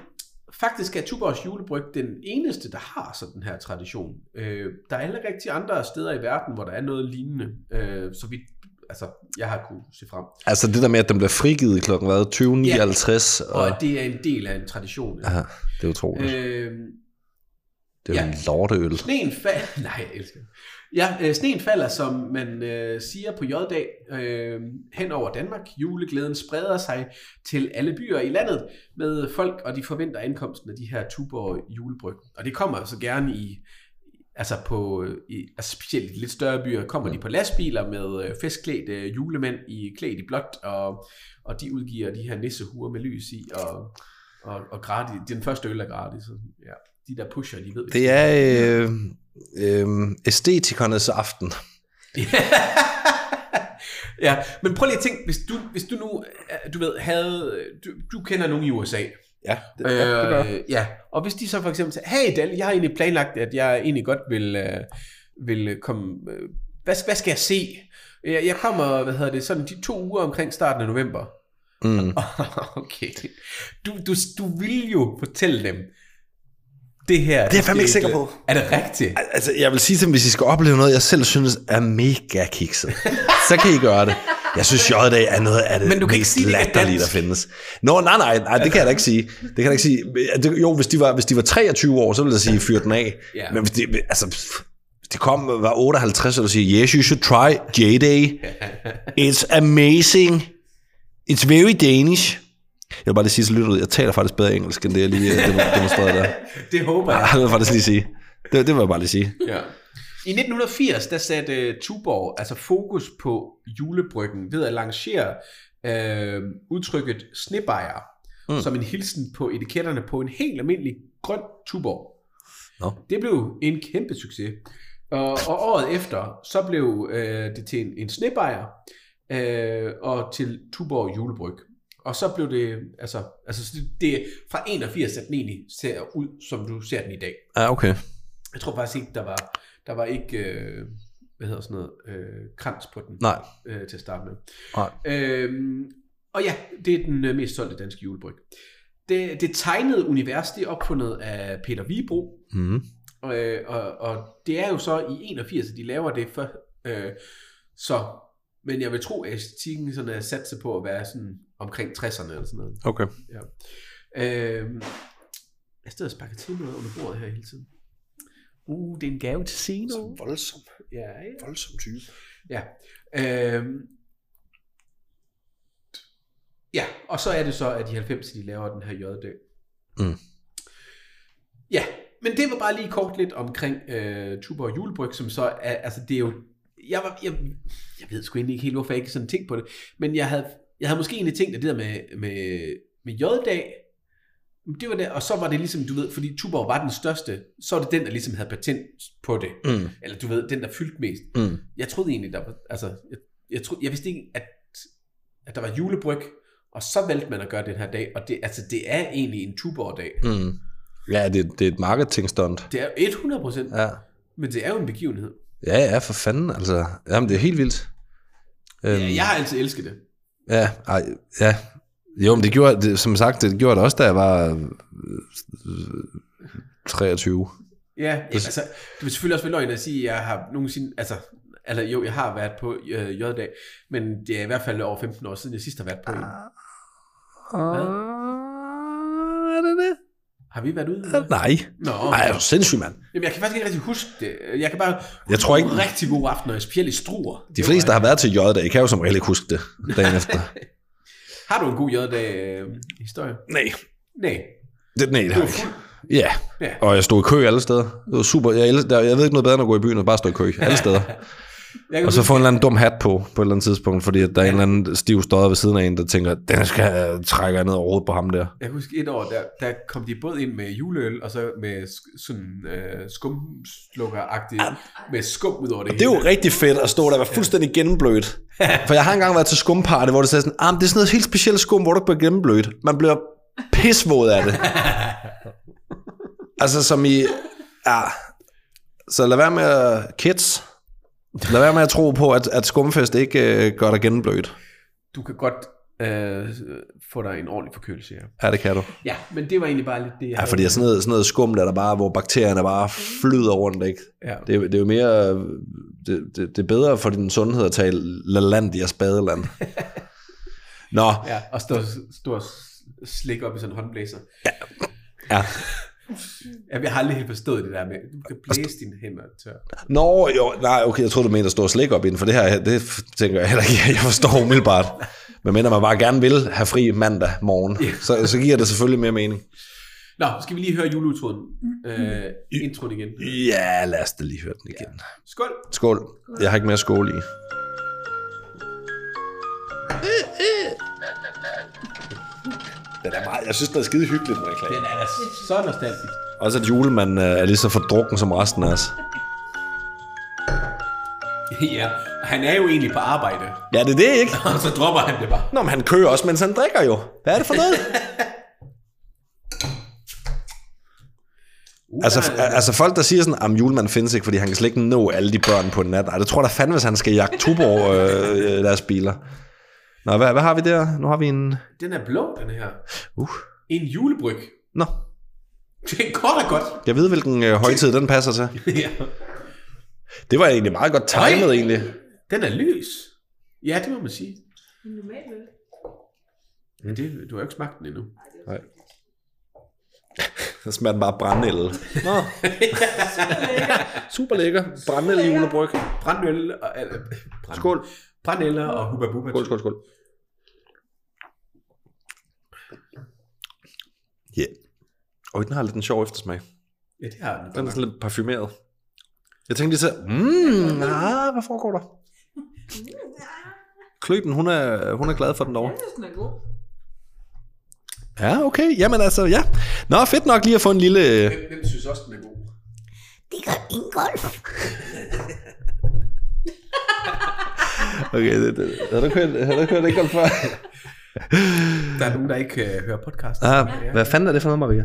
faktisk er Tuborgs julebryg den eneste, der har sådan den her tradition. Øh, der er heller ikke de andre steder i verden, hvor der er noget lignende, øh, så vi, altså, jeg har kunnet se frem.
Altså det der med, at den bliver frigivet klokken hvad? 20.59. Ja.
Og
Og...
at det er en del af en tradition.
Ja, det er utroligt. Øh,
Øhm,
det er jo
ja.
en lorteøl.
Sneen falder... Nej, jeg elsker det. Ja, øh, sneen falder, som man øh, siger på J-dag, øh, hen over Danmark. Juleglæden spreder sig til alle byer i landet med folk, og de forventer ankomsten af de her Tuborg julebryg. Og det kommer så gerne i, altså på, øh, i, altså specielt i lidt større byer, kommer de på lastbiler med øh, festklædte øh, julemænd i klædt i blåt, og, og de udgiver de her nissehuer med lys i, og, og, og gratis, den første øl er gratis. og sådan, Ja. De der pusher, de ved hvad
Det
de
er
skal gøre.
øh, øh, æstetikernes aften.
ja, men prøv lige at tænke, hvis du, hvis du nu, øh, du ved, havde, øh, du, du kender nogen i USA.
Ja, det,
øh, ja, og hvis de så for eksempel siger, hey Dal, jeg har egentlig planlagt, at jeg egentlig godt vil, øh, vil øh, komme, øh, hvad, hvad skal jeg se? Jeg, jeg kommer, hvad hedder det, sådan de to uger omkring starten af november.
Mm.
okay. Du, du, du vil jo fortælle dem, det her... Det
er jeg fandme ikke sikker på.
Er det rigtigt?
Altså, jeg vil sige til dem, hvis I skal opleve noget, jeg selv synes er mega kikset, så kan I gøre det. Jeg synes, j er noget af det
Men du kan ikke
mest
sige, det er
latterlige, der
dansk.
findes. Nå, nej, nej, nej, det kan jeg da ikke sige. Det kan jeg da ikke sige. Ja, det- Jo, hvis de var, hvis de var 23 år, så ville jeg sige, fyr den af.
Ja.
Men hvis de, altså, pff, hvis de kom og var 58, så ville jeg sige, yes, you should try J-Day. It's amazing. It's very Danish. Jeg vil bare lige sige, så lytter du ud, jeg taler faktisk bedre engelsk, end det, jeg lige øh, dem- demonstrerede der.
Det håber jeg.
Jeg vil faktisk lige sige. Det, det vil jeg bare lige sige.
Ja. I 1980, der satte uh, Tuborg altså fokus på julebryggen ved at lancere øh, udtrykket snebajer
Mm.
mm. som en hilsen på etiketterne på en helt almindelig grøn Tuborg.
Nå.
Det blev en kæmpe succes. Og, og året efter, så blev øh, det til en, en snebajer øh, og til Tuborg julebryg. Og så blev det, altså, altså så det- det er fra 81, at den egentlig ser ud, som du ser den i dag.
Ja, Ah, okay.
Jeg tror faktisk ikke, der var, der var ikke, øh, hvad hedder sådan noget, øh, krans på den
Nej.
øh, til at starte med.
Nej.
Øhm, og ja, det er den øh, mest solgte danske julebryg. Det, det tegnede univers, det er opfundet af Peter Vibro,
Mm.
øh, og, og det er jo så i 81, at de laver det for, øh, så, men jeg vil tro, at æstetikken sådan er sat sig på at være sådan omkring 60'erne eller sådan noget.
Okay.
Ja. Øhm, jeg sidder og sparker til noget under bordet her hele tiden. Uh, det er en gave til Sino.
voldsom,
Ja, ja.
voldsom type.
Ja. Øhm. Ja, og så er det så, at de 90 de laver den her J-dag.
Mm.
Ja, men det var bare lige kort lidt omkring øh, Tuborg Julebryg, som så er, altså det er jo, jeg, var, jeg, jeg ved sgu egentlig ikke helt, hvorfor jeg ikke sådan tænkte på det, men jeg havde, jeg havde måske egentlig tænkt, at det der med, med, med J-dag, det var det, og så var det ligesom, du ved, fordi Tuborg var den største, så var det den, der ligesom havde patent på det,
Mm.
eller du ved, den, der fyldte mest.
Mm.
Jeg troede egentlig, der var, altså, jeg, jeg, troede, jeg vidste ikke, at, at der var julebryg, og så valgte man at gøre den her dag, og det, altså, det er egentlig en Tuborg-dag.
Mm. Ja, det, det er et marketingstunt.
Det er 100 procent, ja.
Ja.
men det er jo en begivenhed.
ja, ja, for fanden. Altså, jamen, det er helt vildt. Øhm,
Ja, jeg har altid elsket det.
Ja, ej, ja. Jo, men det gjorde, det, som sagt, det gjorde det også, da jeg var øh, 23.
Ja, ja altså, det vil selvfølgelig også være løgn at sige, at jeg har nogensinde, altså, eller jo, jeg har været på øh, J-dag, men det er i hvert fald over 15 år siden, jeg sidst har været på en.
Hvad? Ah, Er det det?
Har vi været ude? eller?
Nej.
Nå,
Nej, er du sindssyg, mand.
Jamen, jeg kan faktisk ikke rigtig huske det. Jeg kan bare...
Jeg tror ikke-
Det var en rigtig god aften, og jeg spjæl i struer.
De fleste, der har været til J-dag, kan jo som regel ikke huske det dagen efter.
øh, Har du en god J-dag-historie?
Nej.
Nej.
Det er den ene
Du var
hak.
fuld.
Ja,
Ja.
og jeg stod i kø alle steder. Det var super. Jeg, elsker, der- jeg ved ikke noget bedre end at gå i byen og bare stå i kø alle steder.
Jeg kan
Og så
huske,
få en eller anden dum hat på, på et eller andet tidspunkt, fordi at der er en eller anden stiv stodder ved siden af en, der tænker, den skal jeg trække ned over hovedet på ham der.
jeg kan huske et år, der, der kom de både ind med juleøl, og så med sk- sådan øh, skumslukkeragtigt, med skum ud over det,
Ah, Det er jo rigtig fedt at stå der og være fuldstændig gennemblødt. For jeg har engang været til skumparty, hvor det sagde sådan, ah, men det er sådan noget helt specielt skum, hvor du ikke bliver gennemblødt. Man bliver pisvåd af det. altså som i... Ja. Så lad være med at... Kids. Lad være med at tro på, at, at skumfest ikke øh, gør dig gennemblødt.
Du kan godt øh, få dig en ordentlig forkølelse, ja.
Ja, det kan du.
Ja, men det var egentlig bare lidt det, jeg
Ja, fordi sådan noget, sådan noget skum, der, der bare, hvor bakterierne bare flyder rundt, ikke?
Ja.
Det, er- det er jo mere... øh, Det, det, det er bedre for din sundhed at tale Lalandias badeland. Nå,
Ja, og stå, stå og slik op i sådan en håndblæser.
ja.
Ja, jeg har aldrig helt forstået det der med, du kan blæse dine hænder tør.
Nå, jo, nej, okay, jeg troede, du mente at stå og slikke op inden for det her. Det f- tænker jeg heller ikke, jeg forstår umiddelbart. Men mindre man bare gerne vil have fri mandag morgen,
Ja.
så, så giver det selvfølgelig mere mening.
Nå, skal vi lige høre juleutroen, øh, introen igen.
Ja, lad os da lige høre den igen.
Skål!
Skål. Jeg har ikke mere skål i. Den er meget, jeg synes, den er skide hyggelig, den reklame.
Den er da så nostalgisk.
Også at julemanden øh, er lige så fordrukken som resten af os.
ja, han er jo egentlig på arbejde,
Ja, det er det, ikke?
og så dropper han det bare.
Nå, men han kører også, mens han drikker jo. Hvad er det for noget?
Uh,
Altså,
der
f-
er-
altså folk, der siger sådan, at julemanden findes ikke, fordi han kan slet ikke nå alle de børn på en nat. Ej, det tror jeg da fandme, hvis han skal jagte Tuborg øh, øh, deres biler. Nå, hvad, hvad har vi der? Nu har vi en...
Den er blå, den her.
Uh.
En julebryg.
Nå,
Det er kort og godt.
jeg ved, hvilken øh, højtid den passer til.
ja.
Det var egentlig meget godt timet,
Ej.
egentlig.
Den er lys. Ja, det må man sige.
En normal øl.
Men det, du har jo ikke smagt den endnu.
Nej. Så smager den bare af brændenælde. Nå, super lækker. Brændenælde julebryg.
Brandøl og... Eller, brand,
Skål.
Brandeller og Hubba Bubba.
Skål, skål, skål. Ja. Yeah. Og den har lidt en sjov eftersmag.
Ja, det har den.
Den er sådan lidt parfumeret. Jeg tænkte lige så, mm, ah, hvad foregår der? Kløben, hun er, hun er glad for den
Jeg
derovre.
synes, den er god.
Ja, okay. Jamen altså, ja. Nå, fedt nok lige at få en lille...
Hvem, hvem synes også, den er god?
Okay, det, det, har du ikke hørt, har du ikke hørt det godt før?
Der er nogen, der ikke øh, hører podcast.
Ah, hvad fanden er det for noget, Maria?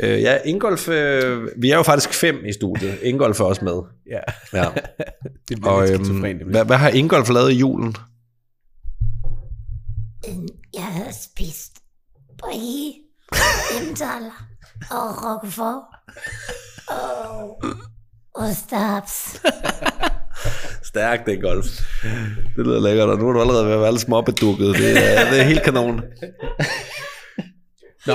Øh, ja, Ingolf, øh, vi er jo faktisk fem i studiet. Ingolf er også med.
Ja.
Ja.
Det bliver
Og
lidt
øhm,
skizofrent, det
hvad, hvad har Ingolf lavet i julen?
Jeg havde spist brie, emtaler og roquefort Oh. og ostaps.
Stærkt, Ingolf. Det lyder lækkert, og nu er du allerede ved at være lidt småbedukket. Det er, øh, det er helt kanon.
Nå,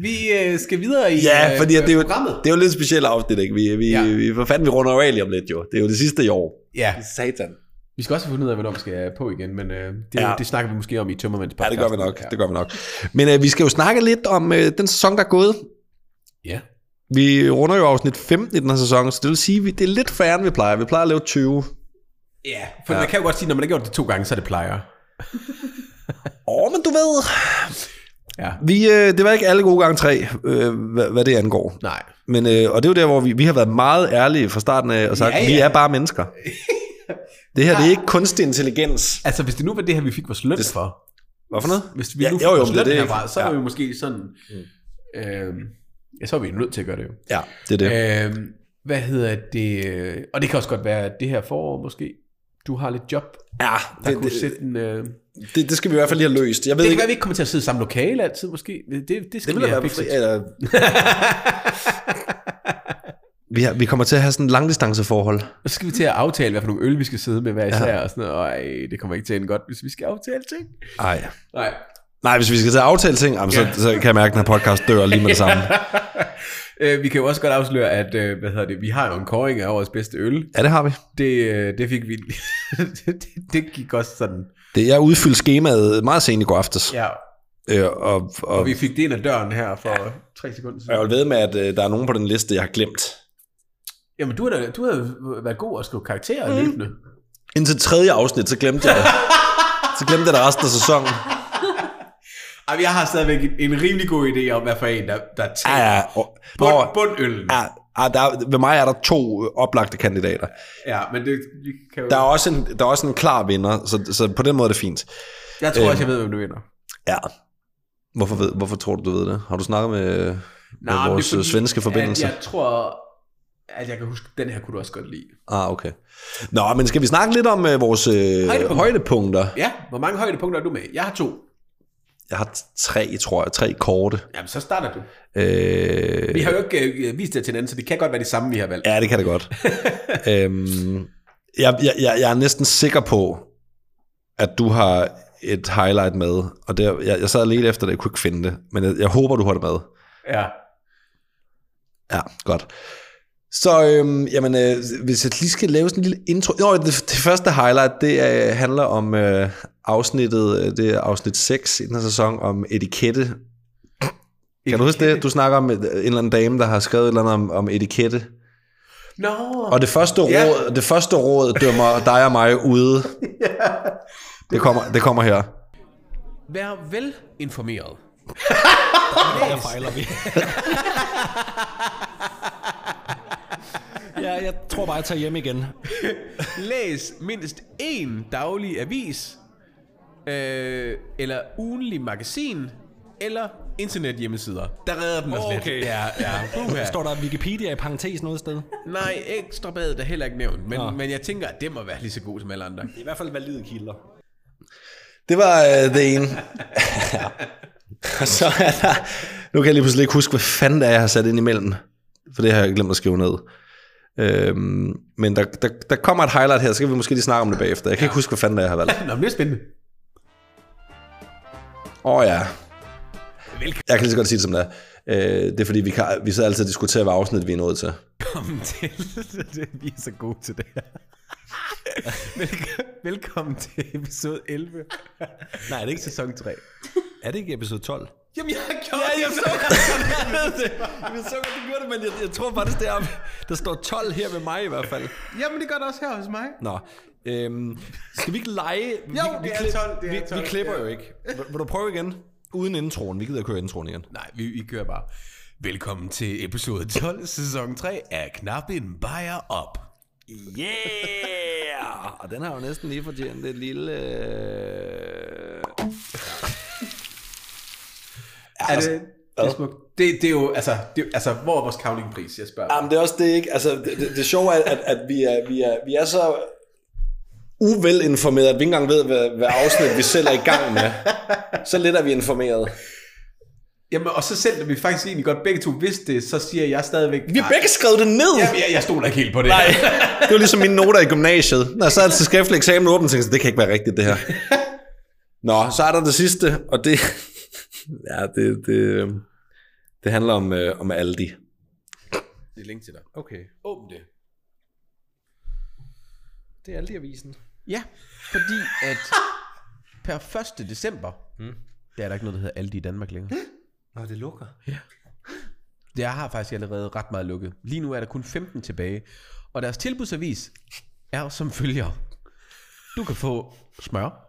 vi øh, skal videre i
Ja, fordi at det, er jo,
programmet.
det er jo lidt specielt afsnit, ikke? Vi, vi,
Ja.
ja. vi, for fanden, vi runder jo af lige om lidt, jo. Det er jo det sidste i år.
Ja,
Satan.
vi skal også have fundet ud af, hvornår vi skal på igen, men øh, det, ja.
Ja.
det snakker vi måske om i Tømmermands
Ja,
podcast.
det gør vi nok. Det gør vi nok. Men øh, vi skal jo snakke lidt om øh, den sæson, der er gået.
Ja.
Vi runder jo afsnit 15 i den her sæson, så det vil sige, at det er lidt færre, end vi plejer. Vi plejer at lave 20.
ja, for ja. man kan jo godt sige, når man har gjort det to gange, så er det plejer.
Åh, men du ved.
Ja.
Vi, øh, det var ikke alle gode gange tre, øh, hvad, hvad det angår.
Nej.
Men, øh, og det er jo der, hvor vi, vi har været meget ærlige fra starten af og sagt,
Ja,
ja,
ja.
ja. vi er bare mennesker. Det her, det er ikke kunstig intelligens.
Altså, hvis det nu var det her, vi fik vores løn for,
Hvad for noget?
hvis vi nu fik
jo, jo,
vores
men det er
løn
det, ikke?
herfra, så er
ja. Mm.
vi jo måske sådan... Øh, ja, så er vi nødt til at gøre det jo.
ja, det er det.
Øhm, hvad hedder det? øh, Og det kan også godt være, at det her forår måske, du har lidt job, der
Ja, det,
kunne
det,
sætte en... Øh... Det
det, det skal vi i hvert fald lige have løst. Jeg ved
kan
ikke,
være, vi ikke kommer til at sidde i samme lokale altid måske. Det, det, det skal
det vil
det
da
vi have
være
fikset.
fri. Eller... vi, har, vi kommer til at have sådan et langdistanceforhold.
Og så skal vi til at aftale, hvad for nogle øl, vi skal sidde med hver især ja. og sådan noget. Og Ej, det kommer ikke til at ende godt, hvis vi skal aftale ting.
Nej.
Nej.
Nej, hvis vi skal til at aftale ting, jamen, så,
Ja.
så kan jeg mærke, at den her podcast dør lige med det samme.
Øh, vi kan jo også godt afsløre, at øh, hvad hedder det, vi har jo en koring af årets bedste øl.
Ja, det har vi.
Det, øh, det fik vi... det, det, det gik også sådan...
Det, jeg udfyldte skemaet meget sent i går aftes.
Ja.
Øh, og, og,
Og vi fik det ind ad døren her for ja. tre sekunder
jeg
siden.
vil ved med, at øh, der er nogen på den liste, jeg har glemt.
Jamen, du har, da, du har jo været god at skrive karakterer mm. løbende.
Indtil tredje afsnit, så glemte jeg det. så glemte jeg det resten af sæsonen.
Ej, men jeg har stadigvæk en, en rimelig god idé om, hvad for en, der, der
Ja,
tager
ja. Og,
bund,
når,
bundøllen.
ja, ja der, ved mig er der to øh, oplagte kandidater.
Ja, men det, vi kan jo...
Der er også en, der er også en klar vinder, så, så på den måde er det fint.
jeg tror
øhm,
også, jeg ved, hvem du vinder.
Ja. Hvorfor, ved, hvorfor tror du, du ved det? Har du snakket med, med
men det er
vores fordi, svenske forbindelse?
At jeg tror, at jeg kan huske, den her kunne du også godt lide.
Ah, okay. Nå, men skal vi snakke lidt om øh, vores øh, højdepunkter.
Højdepunkter.
højdepunkter?
Ja, hvor mange højdepunkter er du med? Jeg har to.
Jeg har tre, tror jeg. Tre korte.
Jamen, så starter du.
Øh,
Vi har jo ikke øh, vist det til hinanden, så det kan godt være det samme, vi har valgt.
Ja, det kan det godt. øhm, jeg, jeg, jeg, jeg er næsten sikker på, at du har et highlight med, og det, jeg, jeg sad lidt efter det, jeg kunne ikke finde det, men jeg, jeg håber, du har det med.
Ja.
Ja, godt. Så øhm, jamen, øh, hvis jeg lige skal lave sådan en lille intro. Nå, det, det første highlight, det øh, handler om øh, afsnittet, øh, det er afsnit 6 i den her sæson, om etikette. Kan du huske det? Du snakker om et, en eller anden dame, der har skrevet et eller andet om, om etikette.
Nå.
Og det første,
Ja.
råd, det første råd dømmer dig og mig ude. Det kommer, det kommer her.
Vær velinformeret.
Der fejler vi. ja, jeg tror bare, jeg tager hjem igen.
Læs mindst én daglig avis, øh, eller ugenlig magasin, eller internet-hjemmesider. Der redder den os
Okay.
lidt. Ja, ja. Uha.
Står der Wikipedia i parentes noget sted?
Nej, ekstra badet er heller ikke nævnt, men,
Nå.
men jeg tænker, at det må være lige så god som alle andre.
I hvert fald valide kilder.
Det var øh, det ene. Og så er der, nu kan jeg lige pludselig ikke huske, hvad fanden det er, jeg har sat ind imellem. For det har jeg glemt at skrive ned. Øhm, men der, der, der kommer et highlight her, så kan vi måske lige snakke om det bagefter. Jeg kan ikke huske, hvad fanden det er, jeg har valgt.
Nå, men det er spændende.
Åh oh, ja.
Velkommen.
Jeg kan lige så godt sige det, som det er. Øh, det er fordi, vi, kan, vi sidder altid og diskuterer, hvad afsnit vi er nået til.
Velkommen til. det- Vi er så gode til det her. Velk- Velkommen til episode 11.
Nej, er det, ikke,
Sæson 3.
er det ikke episode 12?
Jamen, jeg har gjort ja,
jeg så godt, det. Jeg så godt, du gjorde det, men jeg, jeg tror faktisk, det er, der står 12 her ved mig i hvert fald.
Jamen, det gør det også her hos mig.
Nå, øhm, skal vi ikke lege? Jo, vi, vi,
det er
klip-
12, det er
vi,
12,
vi klipper
ja.
jo ikke. Vil, vil du prøve igen? Uden introen. Vi gider køre introen igen.
Nej, vi, vi kører bare. Velkommen til episode 12, sæson 3 af Knap en Bajer op.
Yeah! Og den har jo næsten lige fortjent et lille... øh,
Er det, det er smukt. Det, det er jo, altså, det, er- altså hvor er vores kavlingpris, jeg spørger.
Jamen, det er også det, ikke? Altså, det, det, det sjove er, at, at vi, er, vi, er, vi er så uvelinformeret, at vi ikke engang ved, hvad, hvad afsnit vi selv er i gang med. Så lidt er vi informeret.
Jamen, og så selv, når vi faktisk egentlig godt begge to vidste det, så siger jeg stadigvæk...
Vi har begge skrevet det ned!
Jamen, jeg, jeg stoler ikke helt på det.
Nej. Det var ligesom mine noter i gymnasiet. Når jeg sad til skriftlig eksamen åben, tænkte jeg, det kan ikke være rigtigt, det her. Nå, så er der det sidste, og det... Ja, det, det, det handler om, øh, om Aldi.
Det er link til dig. Okay. Åbn det.
Det er Aldi-avisen.
Ja, fordi at per 1. december, mm. der er der ikke noget, der hedder Aldi i Danmark længere.
Nå, det lukker.
Det har faktisk allerede ret meget lukket. Lige nu er der kun 15 tilbage. Og deres tilbudsavis er som følger. Du kan få smør.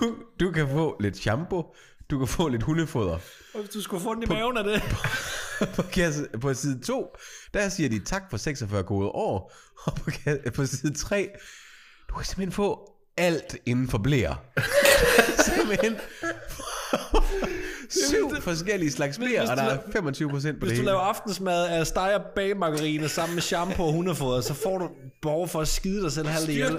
Du, du kan få lidt shampoo. Du kan få lidt hundefoder.
Og hvis du skulle få den i maven af det.
På, kasse, på side 2, der siger de tak for 46 gode år. Og på, kasse, på side 3, du kan simpelthen få alt inden for blære. simpelthen. Syv forskellige slags blære,
hvis
og
du
der er
laver-
25 procent på det
Hvis du
hele.
laver aftensmad af steg og bagmargarine sammen med shampoo og hundefoder, så får du behov for at skide dig selv halvt ihjel.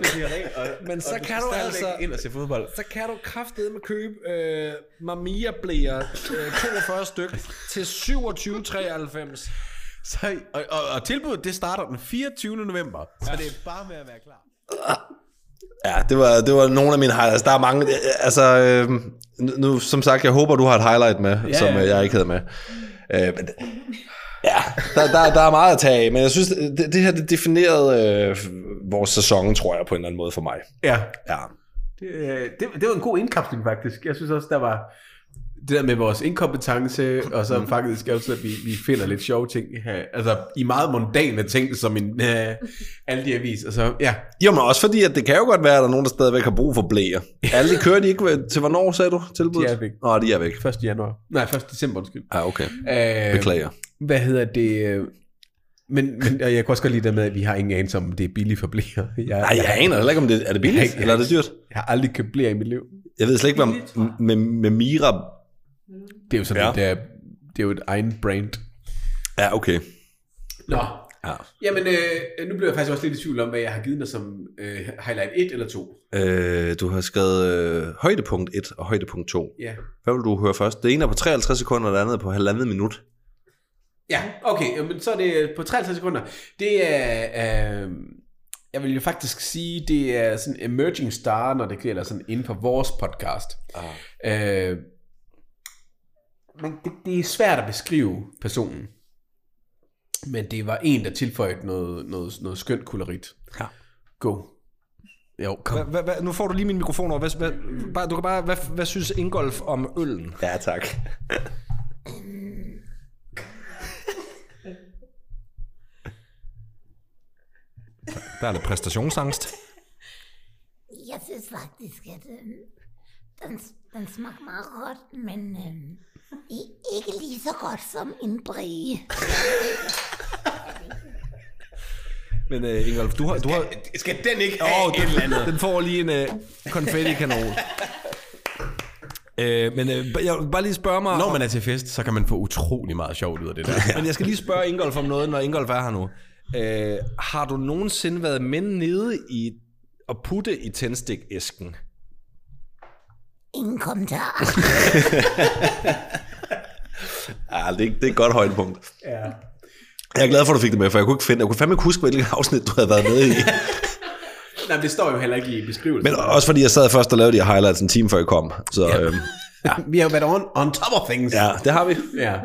Men så kan du altså...
ind og se fodbold.
Så kan du kraftedeme med købe øh, Mamia blæer øh, 42 styk til 27,93.
Så, og, og, og tilbuddet, det starter den 24. november. Så det er bare med at være klar.
Ja, det var, det var nogle af mine highlights. Der er mange, altså, øh, nu, som sagt, jeg håber, du har et highlight med, ja, som
ja.
øh, jeg ikke havde med. Øh, men, ja, der, der, der er meget at tage af, men jeg synes, det, det her det definerede øh, vores sæson, tror jeg, på en eller anden måde for mig.
Ja,
Ja.
Det, øh, det, det var en god indkapsling faktisk. Jeg synes også, der var det der med vores inkompetence, og så faktisk også, at vi, vi finder lidt sjove ting. Her. Altså, i meget mondane ting, som en, øh, alle de avis. Og så, ja,
Jo, men også fordi, at det kan jo godt være, at der er nogen, der stadigvæk har brug for blæer. Alle kører de ikke til hvornår, sagde du? Tilbud?
De er væk.
Nå, de er væk. Øhm,
1. januar. Nej, 1. december, undskyld.
Ja, okay.
Øh,
Beklager.
Hvad hedder det? øh, Men, men og jeg kunne også godt lide det med, at vi har ingen anelse om, om det er billigt for blæer. Jeg,
Nej, jeg aner heller ikke, om det er det billigt,
Jeg- jeg-
eller er det dyrt?
jeg har aldrig købt blæer i mit liv.
Jeg ved slet ikke, hvad
Billigt, tror jeg.
med, med Mira...
Det er jo sådan
Ja.
ja. et, øh, det er jo et egen brand.
Ja, okay.
Nå,
Ja.
jamen øh, nu blev jeg faktisk også lidt i tvivl om, hvad jeg har givet dig som øh, highlight 1 eller 2.
Øh, du har skrevet øh, højdepunkt 1 og højdepunkt 2.
Ja.
Hvad vil du høre først? Det ene er på 53 sekunder, og det andet er på halvandet minut.
Ja, okay, jamen, så er det på 53 sekunder. Det er, øh, jeg vil jo faktisk sige, det er sådan emerging star, når det gælder sådan inden for vores podcast.
Ah.
Øh, men det, det er svært at beskrive personen. Men det var en, der tilføjede noget, noget, noget skønt kulerit.
Ja.
Go. Jo, kom.
Hva, hva, hva, nu får du lige min mikrofon over. Hvad, hvad, bare, du kan bare, hvad, hvad synes Ingolf om øllen?
Ja, tak.
Der er lidt præstationsangst.
Jeg synes faktisk, at øh, den, den smagte meget godt, men øh, i- ikke lige så godt som en brie.
Men uh, Ingolf, du har... Du har
Skal den ikke
Åh, oh, den, den får lige en øh, konfettikanon. Øh, men øh, jeg vil bare lige spørge mig...
Når man er til fest, så kan man få utrolig meget sjovt ud af det der.
Men jeg skal lige spørge Ingolf om noget, når Ingolf er her nu. Øh, har du nogensinde været med nede i at putte i tændstikæsken?
Ingen kommentar.
Ja, det, er- det er et godt højdepunkt.
ja.
Jeg er glad for, at du fik det med, for jeg kunne ikke finde, jeg kunne fandme ikke huske, hvilket afsnit du havde været med i.
Nej, men det står jo heller ikke i beskrivelsen.
Men også fordi jeg sad først og lavede de her highlights en time før jeg kom. Så ja. Øhm,
ja. vi har jo været on, on top of things.
ja, det har vi.
ja.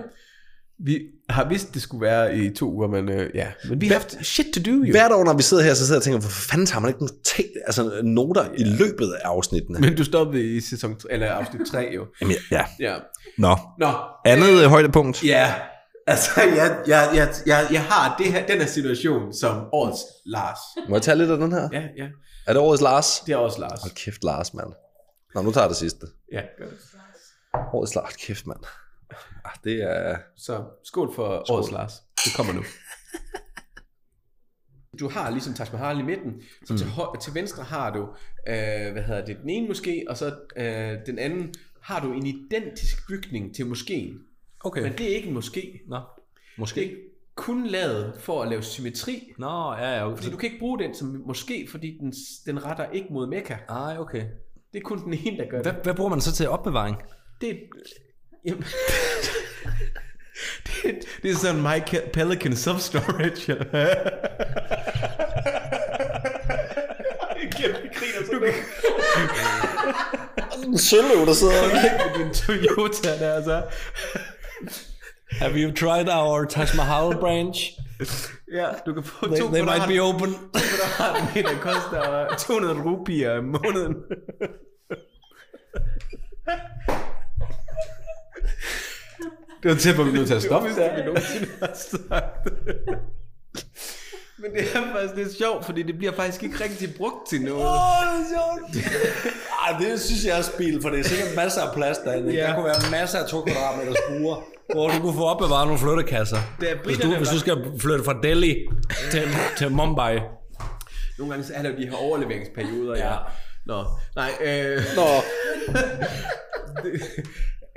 Vi har vidst, det skulle være i to uger, men øh, ja. Men vi har haft shit to do, jo.
Hvert år, når vi sidder her, så sidder jeg og tænker, hvorfor fanden tager man ikke nogle te- altså, noter i løbet af afsnittene?
Men du stoppede i sæson, tre- eller afsnit 3, jo.
Jamen, ja, ja.
Ja.
Nå.
Nå.
Andet øh, højdepunkt?
Ja. Altså, jeg, jeg, jeg, jeg, jeg har det her, den her situation som årets Lars.
Må jeg tage lidt af den her?
Ja, ja.
Er det årets Lars?
Det er årets Lars.
Hold kæft, Lars, mand. Nå, nu tager jeg det sidste.
Ja.
Årets Lars, kæft, mand. Ah, det er...
Så skål for årets Lars. Det kommer nu. Du har ligesom Taj Mahal i midten, så mm. til, høj- til venstre har du, øh, hvad hedder det, den ene måske, og så øh, den anden har du en identisk bygning til moskeen.
Okay.
Men det er ikke en moské.
Nå.
Det er kun lavet for at lave symmetri,
Nå, ja, ja. Okay.
fordi du kan ikke bruge den som måske, fordi den, den retter ikke mod Mekka.
Ej, okay.
Det er kun den ene, der gør
Hvad,
det.
hvad bruger man så til opbevaring?
Det er... Jamen. det, er- det er sådan My Ke- Pelican Self-Storage. Kæmpe griner så du
En søløv, der sidder...
med din Toyota der, så.
Have you tried our Taj Mahal branch?
Ja, du kan få
They,
to
they might be
kvadrat-
open.
kvadratmeter, der koster 200 rupier om måneden. Det var tæt på, at vi blev nødt til at stoppe. Det vi nogensinde har sagt. Men det er faktisk lidt sjovt, fordi det bliver faktisk ikke rigtig brugt til noget.
Ah,
Ej, det synes jeg er spild, for det er sikkert masser af plads derinde.
Ja.
Der kunne være masser af to kvadratmeter skruer, hvor du kunne få opbevaret nogle flyttekasser.
Da
Hvis du,
briterne
hvis du
var-
skal flytte fra Delhi til, til Mumbai.
Nogle gange så er der jo de her overleveringsperioder, ja.
Ja.
Nå, nej. Øh, Nå.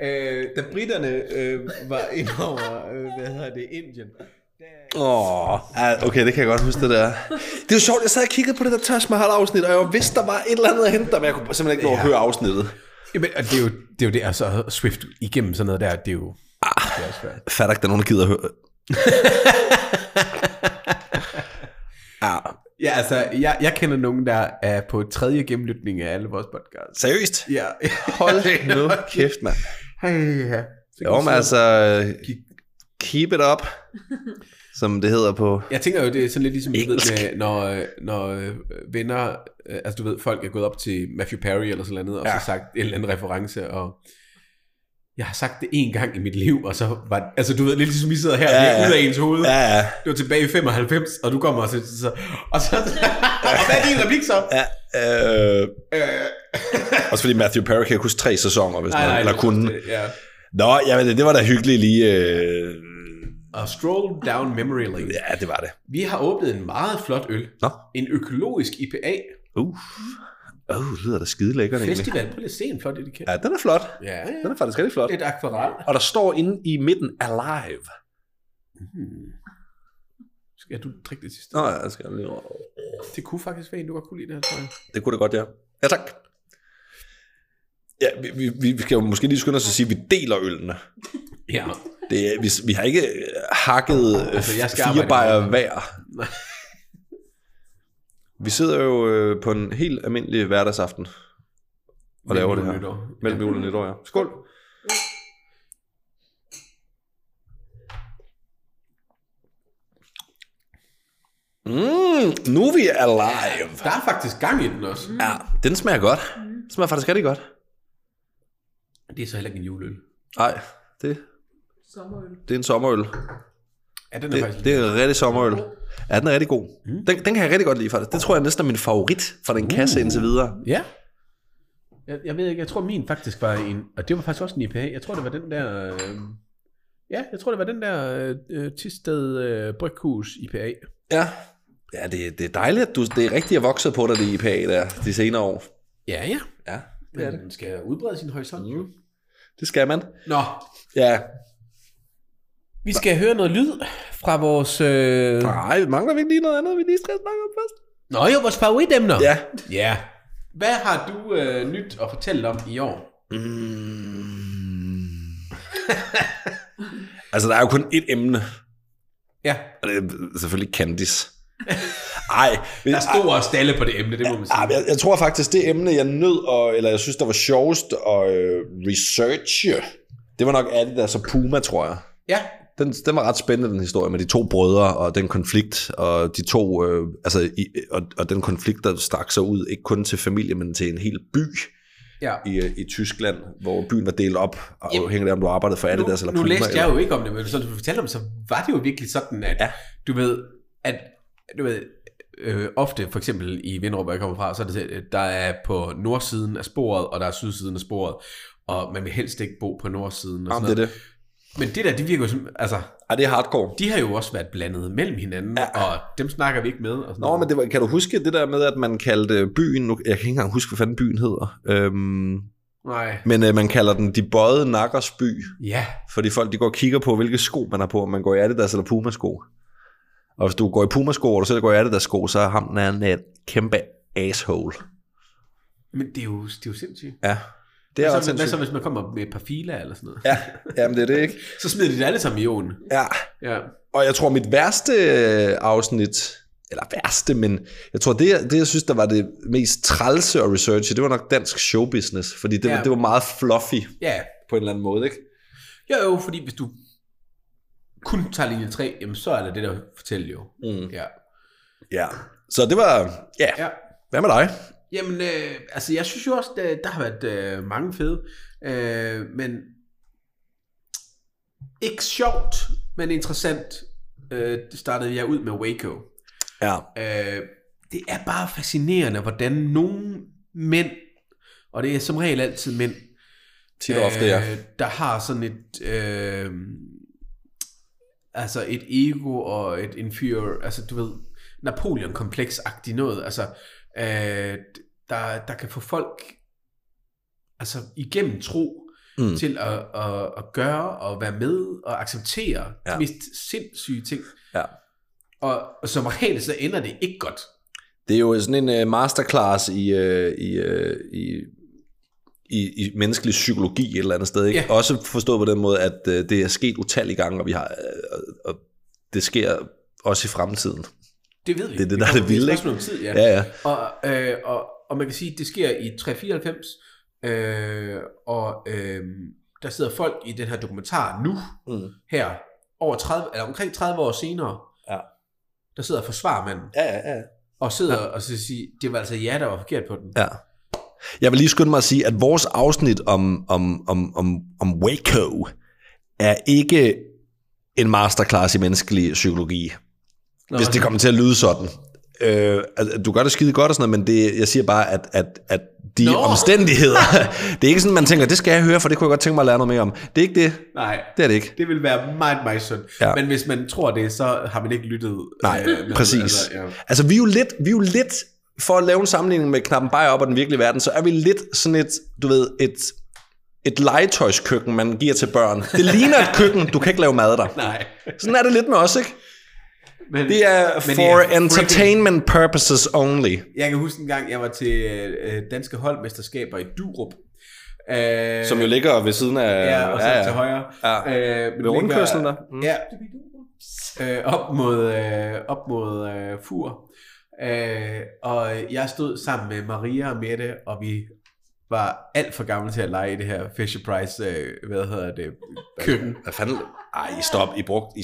øh, da britterne øh, var ind over, øh, hvad hedder det, Indien,
Åh, oh, okay, det kan jeg godt huske, det der. Det er jo sjovt, jeg sad og kiggede på det der Taj Mahal-afsnit, og jeg vidste, der var et eller andet at hente der, men jeg kunne simpelthen ikke nå at høre afsnittet.
Jamen, og det er jo det, er jo det altså Swift igennem sådan noget der, det er jo... Ah! Det er også svært.
Jeg fatter ikke, der er nogen, der gider at høre. ja,
Ja, altså, jeg, jeg kender nogen, der er på tredje gennemlytning af alle vores podcasts.
seriøst?
Ja.
Hold nu kæft, mand.
Hej, ja. Så kan
Jo, altså,
vi
men
se-
altså, keep it up.
som det hedder på...
Jeg tænker jo, det er sådan lidt ligesom, du ved, med, når, øh, når øh, venner, øh, altså du ved, folk er gået op til Matthew Perry eller sådan noget, og ja. så sagt en eller anden reference, og jeg har sagt det en gang i mit liv, og så var altså du ved, lidt ligesom vi sidder her, ja, ja. ud af ens hoved,
Ja, ja.
du er tilbage i 95, og du kommer og så, så og så, og hvad er din replik så?
ja øh, også fordi Matthew Perry kan huske tre sæsoner, hvis nej, man, nej, eller
det-
kunne.
det- Ja.
Nå, jamen, det var da hyggeligt lige... Øh,
Og stroll down memory lane.
ja, det var det.
Vi har åbnet en meget flot øl.
Nå.
En økologisk IPA.
Uh. Uh, lyder da skide lækkert egentlig.
Festival. Prøv lige at se en flot etiket.
Ja, den er flot.
Ja, ja.
Den er faktisk rigtig flot.
Det er et akvarel.
Og der står inde i midten, alive.
Skal du drikke det sidste?
Nå, ja, jeg skal lige over.
Det kunne faktisk være en, du godt kunne lide det her, tror jeg.
Det kunne det godt, ja. Ja, tak. Ja, vi, vi, vi skal jo måske lige skynde os at sige, at vi deler ølene.
Ja.
Det, er- vi, vi har ikke øh, hakket
Altså,
altså,
jeg skal
fire
arbejde
bajer
med det.
hver. Vi sidder jo øh, på en helt almindelig hverdagsaften og laver det her. Mellem jul og nytår, ja. Skål. Mm, nu er vi alive.
Der er faktisk gang i den også.
Ja, den smager godt. Den smager faktisk rigtig godt.
Mm. Det er så heller ikke en juleøl.
Nej, det,
Sommerøl.
det er en sommerøl.
Ja, den er det,
Det,
faktisk...
det er en rigtig sommerøl. Ja, den er rigtig god.
Mm.
Den, den kan jeg rigtig godt lide faktisk. Det tror jeg næsten er min favorit fra
Uh.
den kasse indtil videre.
Ja. Jeg, jeg ved ikke, jeg tror min faktisk var en... Og det var faktisk også en IPA. Jeg tror, det var den der... Øh, ja, jeg tror, det var den der øh, Tisted øh, Bryghus IPA.
Ja, ja det, det er dejligt, at du, det er rigtigt at vokse på dig, det IPA der, de senere år.
Ja, ja.
Ja, det er
Men
det.
den skal udbrede sin horisont. Mm.
Det skal man.
Nå,
Ja.
vi skal høre noget lyd fra vores... Øh...
Nej, mangler vi ikke lige noget andet, vi lige skal snakke om først?
Nå jo, vores favoritemner.
Ja.
ja. Hvad har du øh, nyt at fortælle om i år?
Mm. altså, der er jo kun ét emne.
Ja,
Og det er selvfølgelig Candice. Ej, vi-
der stod også stalle på det emne, det må man
Ah,
sige.
men jeg, jeg tror faktisk, det emne, jeg nød, og, eller jeg synes, der var sjovest at øh, researche, det var nok Adidas og Puma, tror jeg.
Ja,
Den, den var ret spændende, den historie med de to brødre og den konflikt, og de to, øh, altså, i, og, og den konflikt, der stak sig ud, ikke kun til familie, men til en hel by
ja.
i, øh, i Tyskland, hvor byen var delt op, og
Jamen,
afhængig af, om du arbejdede for
Nu,
Adidas eller
nu
Puma.
læste jeg
eller,
jo ikke om det, men som du fortalte om, så var det jo virkelig sådan, at ja.
Ja.
du ved, at du ved, øh, ofte for eksempel i Vinderup, hvor jeg kommer fra, så er det, sådan, at der er på nordsiden af sporet, og der er sydsiden af sporet, og man vil helst ikke bo på nordsiden. Og
Jamen,
sådan
det er
noget.
det.
Men det der, det virker jo som, altså,
Ej, det er hardcore.
de har jo også været blandet mellem hinanden, ja. og dem snakker vi ikke med. Og sådan
Nå, men det var, kan du huske det der med, at man kaldte byen, nu, jeg kan ikke engang huske, hvad fanden byen hedder, øhm,
Nej.
Men øh, man kalder den de bøjede nakkers by,
Ja,
fordi folk de går og kigger på, hvilke sko man har på, om man går i Adidas eller Puma-sko. Og hvis du går i Puma-sko, og du selv går i Adidas-sko, så er ham den anden et kæmpe asshole.
men det er jo, det er jo sindssygt.
Ja, det er
hvad,
ret
så, hvad så,
sindssygt.
hvis man kommer med et par filer eller sådan noget?
Ja, jamen det er det ikke.
Så smider de det alle sammen i åen.
Ja,
Ja.
og jeg tror mit værste øh, afsnit, eller værste, men jeg tror det, jeg- det jeg synes, der var det mest trælse at researche, det var nok dansk showbusiness, fordi det,
Ja.
ja. det var meget fluffy
ja.
på en eller anden måde, ikke?
Jo, jo, fordi hvis du kun tager linje 3, jamen så er det det, der fortæller jo.
Mm.
Ja.
Ja, så det var, ja.
ja.
Hvad med dig?
Jamen, øh, altså jeg synes jo også, der, der har været øh, mange fede, øh, men ikke sjovt, men interessant. Øh, det startede jeg ud med Waco.
Ja.
Øh, det er bare fascinerende, hvordan nogle mænd, og det er som regel altid mænd,
Tit og ofte, ja.
øh, Der har sådan et... Øh, altså et ego og et inferior... Altså du ved, Napoleon-kompleks-agtigt noget. Altså, øh, der, der kan få folk altså igennem tro mm.
Mm.
til at, at, at gøre og være med og acceptere ja.
Ja.
de mest sindssyge ting.
Ja.
Og, og som regel, så ender det ikke godt.
Det er jo sådan en øh, masterclass i, øh, i, øh, i, i, i menneskelig psykologi et eller andet sted. Ikke?
Ja.
Også forstået på den måde, at øh, det er sket utallige gange, og, vi har, øh, og, og det sker også i fremtiden.
Det ved vi.
Det er det, der er det
kommer-
vilde,
et
ikke?
spørgsmål om tid, ja.
Ja, ja.
Og, øh, og, og man kan sige, at det sker i 394, øh, og øh, der sidder folk i den her dokumentar nu,
Mm.
her, over 30, eller omkring 30 år senere, Ja. Der sidder og forsvarer manden.
Ja, ja, ja.
Og sidder ja. og så siger, det var altså jer, der var forkert på den.
Ja. Jeg vil lige skynde mig at sige, at vores afsnit om, om, om, om, om Waco er ikke en masterclass i menneskelig psykologi, Nå, hvis det kommer til at lyde sådan. Øh, altså, du gør det skide godt og sådan noget, men det, jeg siger bare, at, at, at de
Nå.
Nå. omstændigheder, det er ikke sådan, man tænker, det skal jeg høre, for det kunne jeg godt tænke mig at lære noget mere om. Det er ikke det.
Nej,
Det er det ikke.
det vil være meget, meget sundt. Ja.
Ja.
Men hvis man tror det, så har man ikke lyttet. øh,
Nej,
men
præcis.
Altså, ja.
Altså, vi er jo lidt, vi er jo lidt for at lave en sammenligning med knappen bare op og den virkelige verden, så er vi lidt sådan et, du ved, et, et legetøjskøkken, man giver til børn. Det ligner et køkken, du kan ikke lave mad der.
Nej.
Sådan er det lidt med os, ikke?
Men,
Det er
men
for
freaking-
entertainment purposes only.
Jeg kan huske en gang, jeg var til øh, danske holdmesterskaber i Durup. Øh,
Som jo ligger ved siden af...
Ja, Øh, og så ja, ja. til højre.
Ja.
Øh, men
Ved rundkørslen
ligger-
der? Mm.
Ja. Øh, op mod, øh, op mod øh, Fur. Øh, og jeg stod sammen med Maria og Mette, og vi var alt for gamle til at lege i det her Fisher Price, øh, hvad hedder det, køkken.
Hvad fanden? Ej, stop. I brugte... I...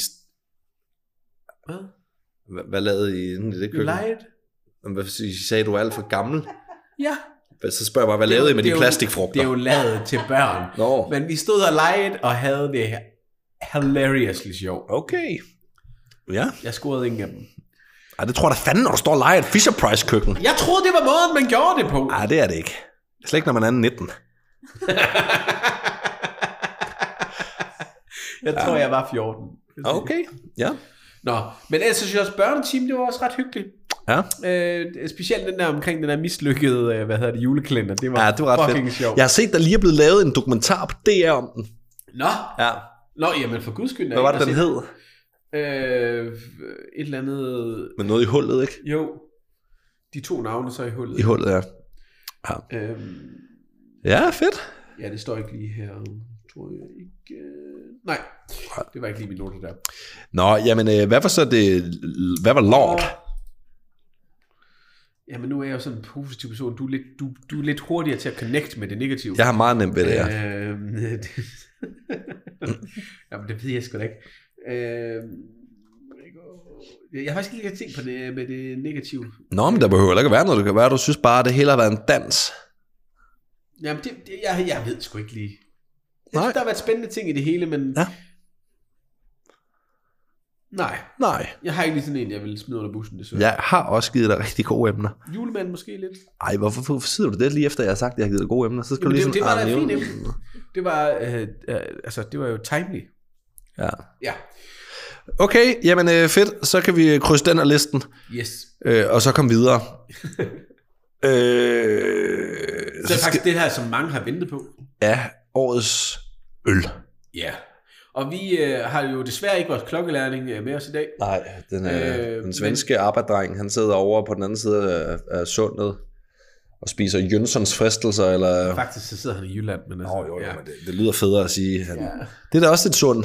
Hvad?
Hvad, hvad lavede I inde i det
Vi
køkken?
legede?
Jamen, Hvad I sagde, du er alt for gammel.
Ja.
Hvad- Så spørger jeg bare, hvad lavede I med
Det er
de
jo-
plastikfrugter?
Det er jo lavet til børn.
Nå.
Men vi stod og legede og havde det hilariously sjovt.
Okay. Ja.
Jeg scorede ingen af dem.
Ej, det tror jeg da fanden, når du står og leger i et Fisher Price køkken.
Jeg troede, det var måden, man gjorde det på.
Nej, det er det ikke. Slet ikke, når man er 19.
Jeg tror, jeg var 14.
Okay. Ja.
Nå, men ellers synes jeg også, børneteam, det var også ret hyggeligt.
Ja.
Øh, specielt den der omkring den der mislykkede, øh, hvad hedder det, julekalender. Det var,
Ja, det var ret
fucking
fedt.
sjovt.
Jeg har set, der lige er blevet lavet en dokumentar på DR om den.
Nå,
Ja.
Nå, jamen for guds skyld. der
Hvad
er
var
en,
det,
der
den
siger-
hed?
Øh, et eller andet...
Men noget i hullet, ikke?
Jo, de to navne så i hullet.
I hullet, ja.
Øhm,
Ja, fedt.
ja, det står ikke lige her. Tror jeg ikke. øh, Nej, det var ikke lige min note der.
Nå, jamen, øh, hvad var så det... Hvad var Lord?
Jamen nu er jeg jo sådan en positiv person. Du er lidt, du, du er lidt hurtigere til at connect med det negative.
Jeg har meget nemt ved det, ja.
Øhm, det- Jamen, det ved jeg sgu da ikke. Øhm, jeg har faktisk ikke lige tænkt på det med det negative.
Nå, men der behøver heller ikke at være noget, det kan være. Du synes bare, at det hele har været en dans.
Jamen, det, det, jeg, jeg ved sgu ikke lige. Jeg
Nej.
synes, der har været spændende ting i det hele, men...
Ja.
Nej,
Nej.
jeg har ikke lige sådan en, jeg vil smide under bussen, desværre.
Jeg har også givet dig rigtig gode emner.
Julemanden måske lidt.
Ej, hvorfor hvorfor sidder du det lige efter, jeg har sagt, at jeg har givet dig gode emner? Så skal
Jamen,
du
det,
lige
det, det var da
ah,
fint.
nævne-
emne. Det var, øh, øh, altså, det var jo timely.
Ja.
Ja,
Okay, jamen øh, fedt. Så kan vi krydse den af listen,
yes.
øh, og så komme videre. øh,
Så
så
er
skal,
faktisk det her, som mange har ventet på.
ja, årets øl.
Ja. Og vi øh, har jo desværre ikke vores klokkelærling øh, med os i dag.
Nej, den,
Øh,
øh, den svenske men... arbejderdreng, han sidder over på den anden side af, af sundet og spiser Jønssons fristelser, eller...
Faktisk så sidder han i Jylland. Men altså,
Nå, jo, jo,
ja.
men det, det lyder federe at sige. Han, ja. Det er da også et sund,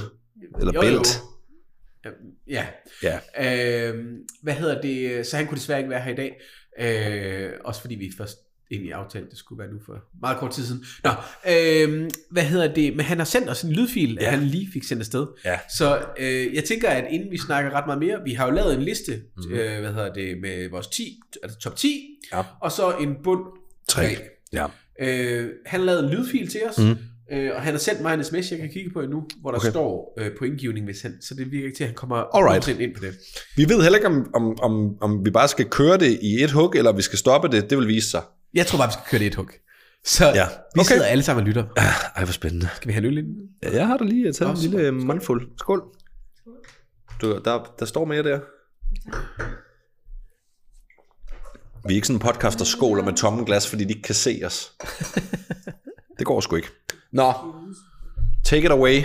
eller
Jo, jo.
bælt.
Ja.
Ja.
Øh, hvad hedder det? Så han kunne desværre ikke være her i dag. Øh, også fordi vi først egentlig aftalte, det skulle være nu for meget kort tid siden. Nå, øh, hvad hedder det? Men han har sendt os en lydfil, ja. han lige fik sendt afsted.
Ja.
Så øh, jeg tænker, at inden vi snakker ret meget mere, vi har jo lavet en liste, mm. øh, hvad hedder det, med vores 10, altså top 10,
Mhm. Ja.
og så en bund
Tre.
3.
Ja.
Øh, han lavede en lydfil til os, mm.
Mm.
øh, og han har sendt mig en sms, jeg kan kigge på endnu, hvor der okay.
Okay.
står øh, pointgivning, hvis han, så det virker ikke til, at han kommer
Alright.
nogensinde ind på det.
Vi ved heller ikke, om, om, om, om vi bare skal køre det i et hug, eller om vi skal stoppe det. Det vil vise sig.
Jeg tror bare, vi skal køre det i et hug. Så
Ja,
vi
okay.
sidder alle sammen og lytter.
Ej, hvor spændende.
Skal vi have en øl inden?
Jeg har da lige taget
Nå,
en
skål.
lille mundfuld. Skål. Du, der, der står mere der. Vi er ikke sådan en podcast, der skåler med tomme glas, fordi de ikke kan se os. Det går sgu ikke. Nå, take it away.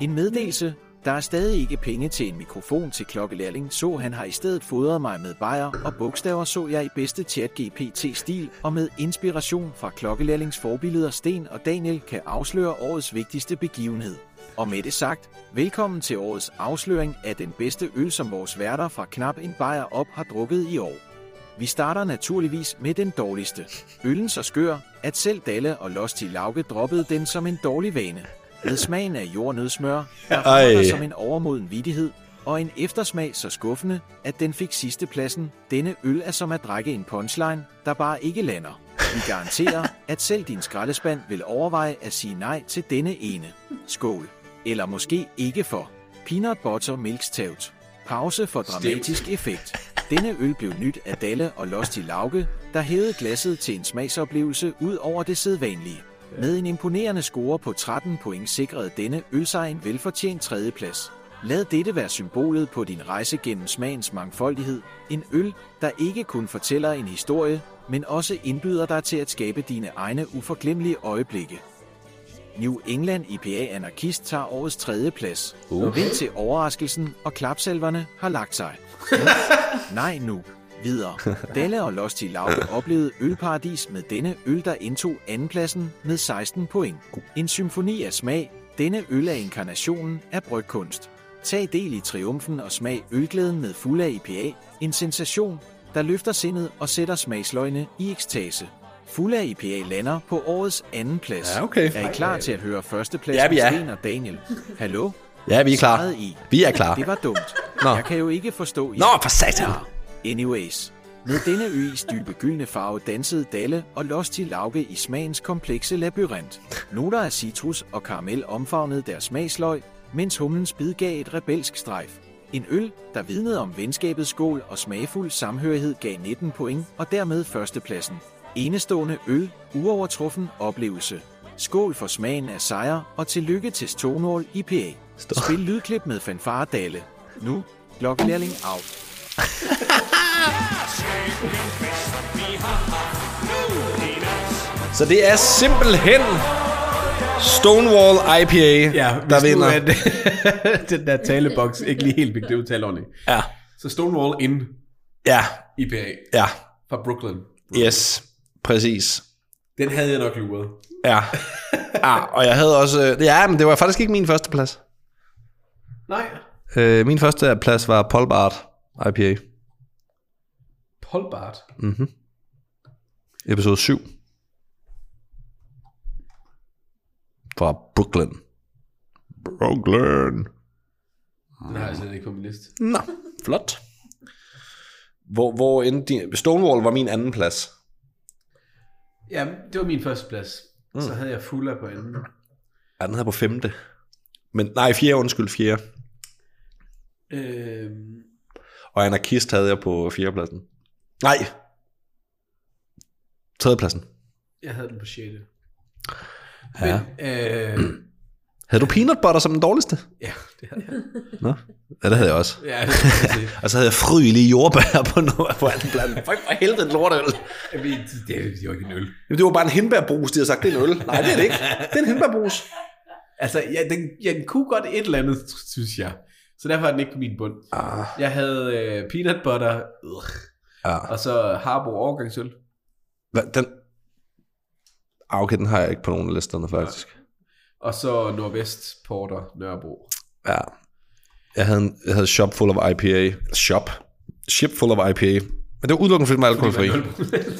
En meddelelse. Der er stadig ikke penge til en mikrofon til klokkelærling, så han har i stedet fodret mig med bajer og bogstaver, så jeg i bedste chat GPT-stil, og med inspiration fra klokkelærlings forbilleder Sten og Daniel kan afsløre årets vigtigste begivenhed. Og med det sagt, velkommen til årets afsløring af den bedste øl, som vores værter fra knap en bajer op har drukket i år. Vi starter naturligvis med den dårligste. Øllen så skør, at selv Dalle og Losti Lauke droppede den som en dårlig vane. med smagen af jordnødsmør, der
Ej.
var som en overmoden vittighed, og en eftersmag så skuffende, at den fik sidstepladsen. Denne øl er som at drikke en punchline, der bare ikke lander. Vi garanterer, at selv din skraldespand vil overveje at sige nej til denne ene. Skål. Eller måske ikke for. Peanut Butter Milks Tavt. Pause for dramatisk effekt. Denne øl blev nyt af Dalle og Losti Lauke, der hævede glasset til en smagsoplevelse ud over det sædvanlige. Med en imponerende score på 13 point sikrede denne øl sig en velfortjent tredjeplads. Lad dette være symbolet på din rejse gennem smagens mangfoldighed. En øl, der ikke kun fortæller en historie, men også indbyder dig til at skabe dine egne uforglemmelige øjeblikke. New England IPA Anarkist tager årets tredje plads. Uh. Vent til overraskelsen, og klapsalverne har lagt sig. Nej nu. Videre. Dalle og Losti Lauke oplevede ølparadis med denne øl, der indtog andenpladsen med 16 point. En symfoni af smag. Denne øl er inkarnationen af brygkunst. Tag del i triumfen og smag ølglæden med fuld af IPA. En sensation, der løfter sindet og sætter smagsløgne i ekstase. Fuld af IPA lander på årets anden plads.
Ja, okay.
Er I klar til at høre førsteplads
Ja, vi
med
er.
Sten og Daniel? Hallo?
Ja, vi er klar.
Meget i.
Vi er klar.
Det var dumt.
Nå.
Jeg kan jo ikke forstå... jer.
Nå, for satan!
Anyways, med denne øs dybe gyldne farve dansede Dalle og Losti Lauke i smagens komplekse labyrint. Noter af citrus og karamel omfavnede deres smagsløg, mens humlens bid gav et rebelsk strejf. En øl, der vidnede om venskabets skål og smagfuld samhørighed, gav 19 point og dermed førstepladsen. Enestående øl, uovertruffen oplevelse. Skål for smagen af sejr, og tillykke til Stonewall IPA. Spil lydklip med fanfare Dalle. Nu, Glocklærling out.
Så det er simpelthen Stonewall IPA,
Ja,
ja,
hvis
der vinder.
Nu, at, den der taleboks ikke lige helt fik det udtalt ordentligt.
Ja,
Så Stonewall in
ja,
IPA
ja.
fra Brooklyn.
Yes, præcis.
Den havde jeg nok luret.
Ja. ja, og jeg havde også... øh, Ja, men det var faktisk ikke min første plads.
Nej.
Øh, min første plads var Polbart IPA,
Polbart.
episode 7. Fra Brooklyn. Brooklyn.
Den har jeg slet ikke på min liste.
Nå, flot. Hvor, hvor endte din... Stonewall var min anden plads.
Ja, det var min første plads. Mm. Så havde jeg Fuller på anden.
Ja, den havde på femte. Men nej, fjerde, undskyld, fjerde.
Øhm,
Og anarkist havde jeg på fjerdepladsen. Nej. Tredjepladsen.
jeg havde den på 6.
Ja.
Øh,
Havde du peanut butter som den dårligste?
ja, det havde jeg.
Nå. Ja, det havde jeg også.
Ja, det kan jeg se.
Og så havde jeg frygelige jordbær på, no- på anden plads. Fuck, for helvede en lortøl.
Jeg ved, det, det, det var ikke en øl.
Jamen, det var bare en hindbærbrus, de havde sagt, det er en øl. Nej, det er det ikke. Det er en hindbærbrus.
Altså, ja, den, ja, den kunne godt et eller andet, synes jeg. Så derfor er den ikke på min bund.
Ah.
Jeg havde øh, peanut butter, øh,
Ja.
og så Harbo overgangsøl.
Hva, den... Ah, okay, den har jeg ikke på nogen af listerne, faktisk.
Og så Nordvest Porter Nørrebro.
Ja. Jeg havde, en, jeg havde shop full of IPA. Shop. Ship full of IPA. Men det var udelukkende, fordi den var alkoholfri.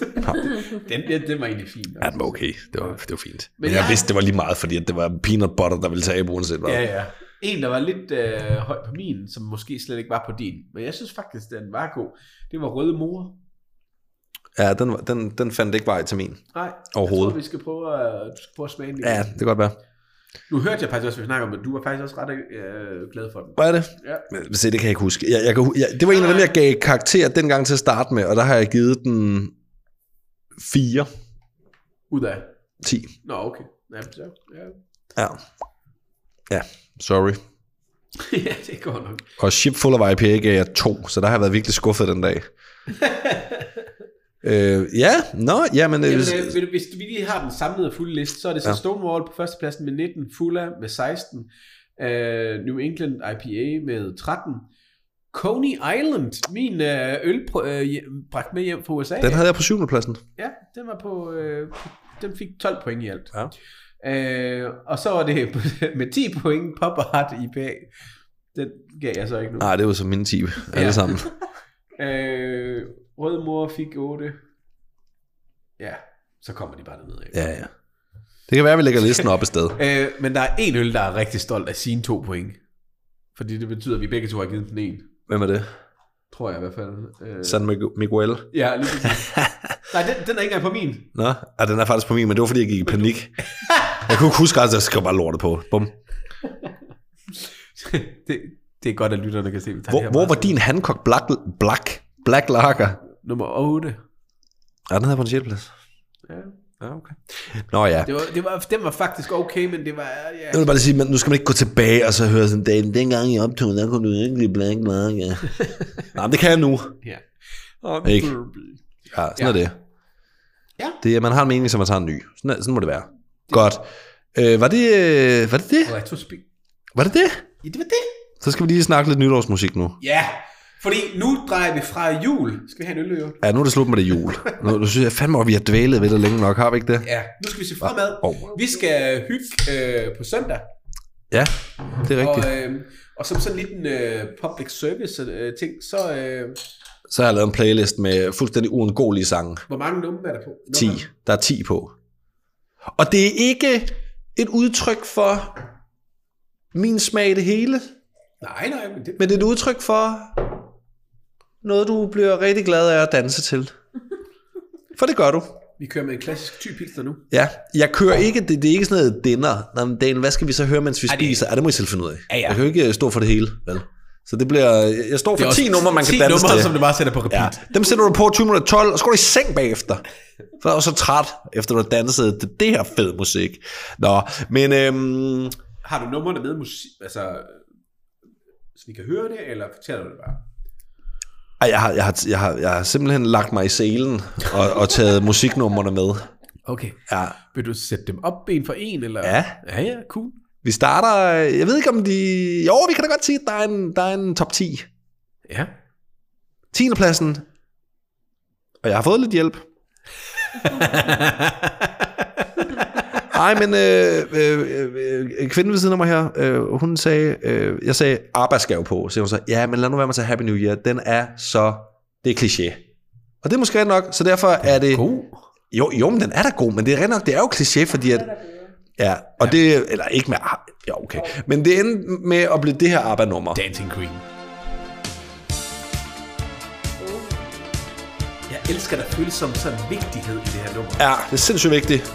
den, den, den var egentlig fin.
Ja, den var okay. Det var, det var fint. Men,
Men
jeg
jeg-
vidste, det var lige meget, fordi at det var peanut butter, der ville tage uanset hvad.
Ja, ja. En, der var lidt øh, høj på min, som måske slet ikke var på din. Men jeg synes faktisk, den var god. Det var Røde Mor.
ja den, var- den, den fandt ikke vej til min.
Nej,
Overhovedet.
jeg tror, vi skal prøve, at, du skal prøve at smage den.
Ja,
Ja.
det kan godt være.
Nu hørte jeg faktisk også, at vi snakker om, at du var faktisk også ret øh, glad for den.
Hvad er det?
Ja.
Men, Se, det kan jeg ikke huske. Jeg, jeg kan, hu- jeg, det var en af dem, jeg gav karakter dengang til at starte med, og der har jeg givet den 4,
Ud af.
10.
Nå, okay. Ja, så, ja.
Ja. Ja, sorry.
ja, det går nok.
Og Ship Full of IPA gav jeg 2, så der har jeg været virkelig skuffet den dag. øh, ja, nå, jamen,
Jamen,
jamen
øh, vil du- hvis vi lige har den samlede fulde liste, så er det så ja. Stonewall på førstepladsen med 19, Fulla med 16, øh, New England IPA med 13, Coney Island, min øh, øl øh, hjem- bragt med hjem fra USA.
den havde jeg på 7. pladsen.
Ja, den var på, øh, på- den fik 12 point i alt.
Ja.
Øh, og så var det på- med 10 point Pop Art IPA. Den gav jeg så ikke nu.
Nej, Ah, det var så min 10, alle
Ja.
sammen.
Øh, Rød Mor fik 8. Ja, så kommer de bare ned af.
Ja, ja. Det kan være, at vi lægger listen op et sted.
Øh, men der er en øl, der er rigtig stolt af sine to point. Fordi det betyder, at vi begge to har givet den en.
Hvem er det?
Tror jeg i hvert fald. Øh,
San Mig- Miguel.
ja, lige præcis. Nej, den, den er ikke engang på min.
Nå, ja, den er faktisk på min, men det var fordi, jeg gik i panik. Jeg kunne ikke huske, at jeg skrev bare lortet på. Bum.
det, det er godt, at lytterne kan se. vi tager det
Hvor,
her
hvor
meget
var din Hancock Black, Black, Black Lager?
seriøst. Nummer 8.
Ja, den havde på en sjælplads.
Ja.
Ja, okay. Nå ja.
Det var, det var, den var faktisk okay, men det var... Ja.
Jeg vil bare sige, men nu skal man ikke gå tilbage og så høre sådan, Dagen, dengang i optog, der kunne du ikke lide Black Lager. Nej, men det kan jeg nu.
ja. Og
Ikke? Ja, sådan ja. er det.
Ja.
det. er- Man har en mening, som man tager en ny. Sådan, er- sådan må det være. Godt. Øh, var, det, øh, var det det?
Retrospekt.
Var det det?
Ja, det var det.
Så skal vi lige snakke lidt nytårsmusik nu.
Ja, fordi nu drejer vi fra jul. Skal vi have en øl, i øvrigt?
Ja, nu er det slut med det jul. Nu, nu synes jeg fandme, at vi har dvælet ved det længe nok, har vi ikke det?
Ja, nu skal vi se fremad.
Åh.
Vi skal hygge øh, på søndag.
Ja, det er
Og,
rigtigt.
øh, og som sådan lidt en øh, public service øh, ting, så øh,
Så har jeg lavet en playlist med fuldstændig uundgåelige sange.
hvor mange numre er der på?
10.
Numre?
Der er 10 på. Og det er ikke et udtryk for min smag i det hele,
Nej, nej, men det,
men det er et udtryk for noget, du bliver rigtig glad af at danse til. For det gør du.
vi kører med en klassisk ty pilsner nu.
Ja, jeg kører ikke, det, det er ikke sådan noget dinner. Nå, men Daniel, hvad skal vi så høre, mens vi spiser? Ja, det må I selv finde ud af.
Ja, ja.
Jeg kan jo ikke øh, stå for det hele, vel? Så det bliver, jeg står for 10 numre, man kan danse til.
det bare sætter på
Ja, dem sætter du på 20 minutter 12, og så går du i seng bagefter. For jeg var så træt, efter du har danset til det her fed musik. Nå, men øhm,
Har du numrene med musik, altså, øh, så vi kan høre det, eller fortæller du det bare?
ej, jeg, har, jeg, har, jeg, har, jeg har simpelthen lagt mig i selen og, og taget musiknumrene med.
Okay.
Ja,
Vil du sætte dem op en for en, eller?
Ja.
Ja, ja, cool.
vi starter, jeg ved ikke om de... Jo, vi kan da godt sige, at der er en, der er en top 10.
Ja.
10. pladsen, og jeg har fået lidt hjælp. Nej, men øh, øh, øh, kvinden ved siden af mig her, øh, hun sagde, øh, jeg sagde arbejdsgave på, så hun så, ja, men lad nu være med at tage Happy New Year, den er så, det er kliché. Og det er måske ret nok, så derfor er det,
God.
jo, jo, men den er da god, men det er rent nok, det er jo kliché, fordi at, ja, og det, eller ikke med, ar- ja, okay, men det endte med at blive det her ABBA-nummer.
Dancing Queen. Jeg elsker, der føles som sådan vigtighed i det her nummer.
Ja, det er sindssygt vigtigt.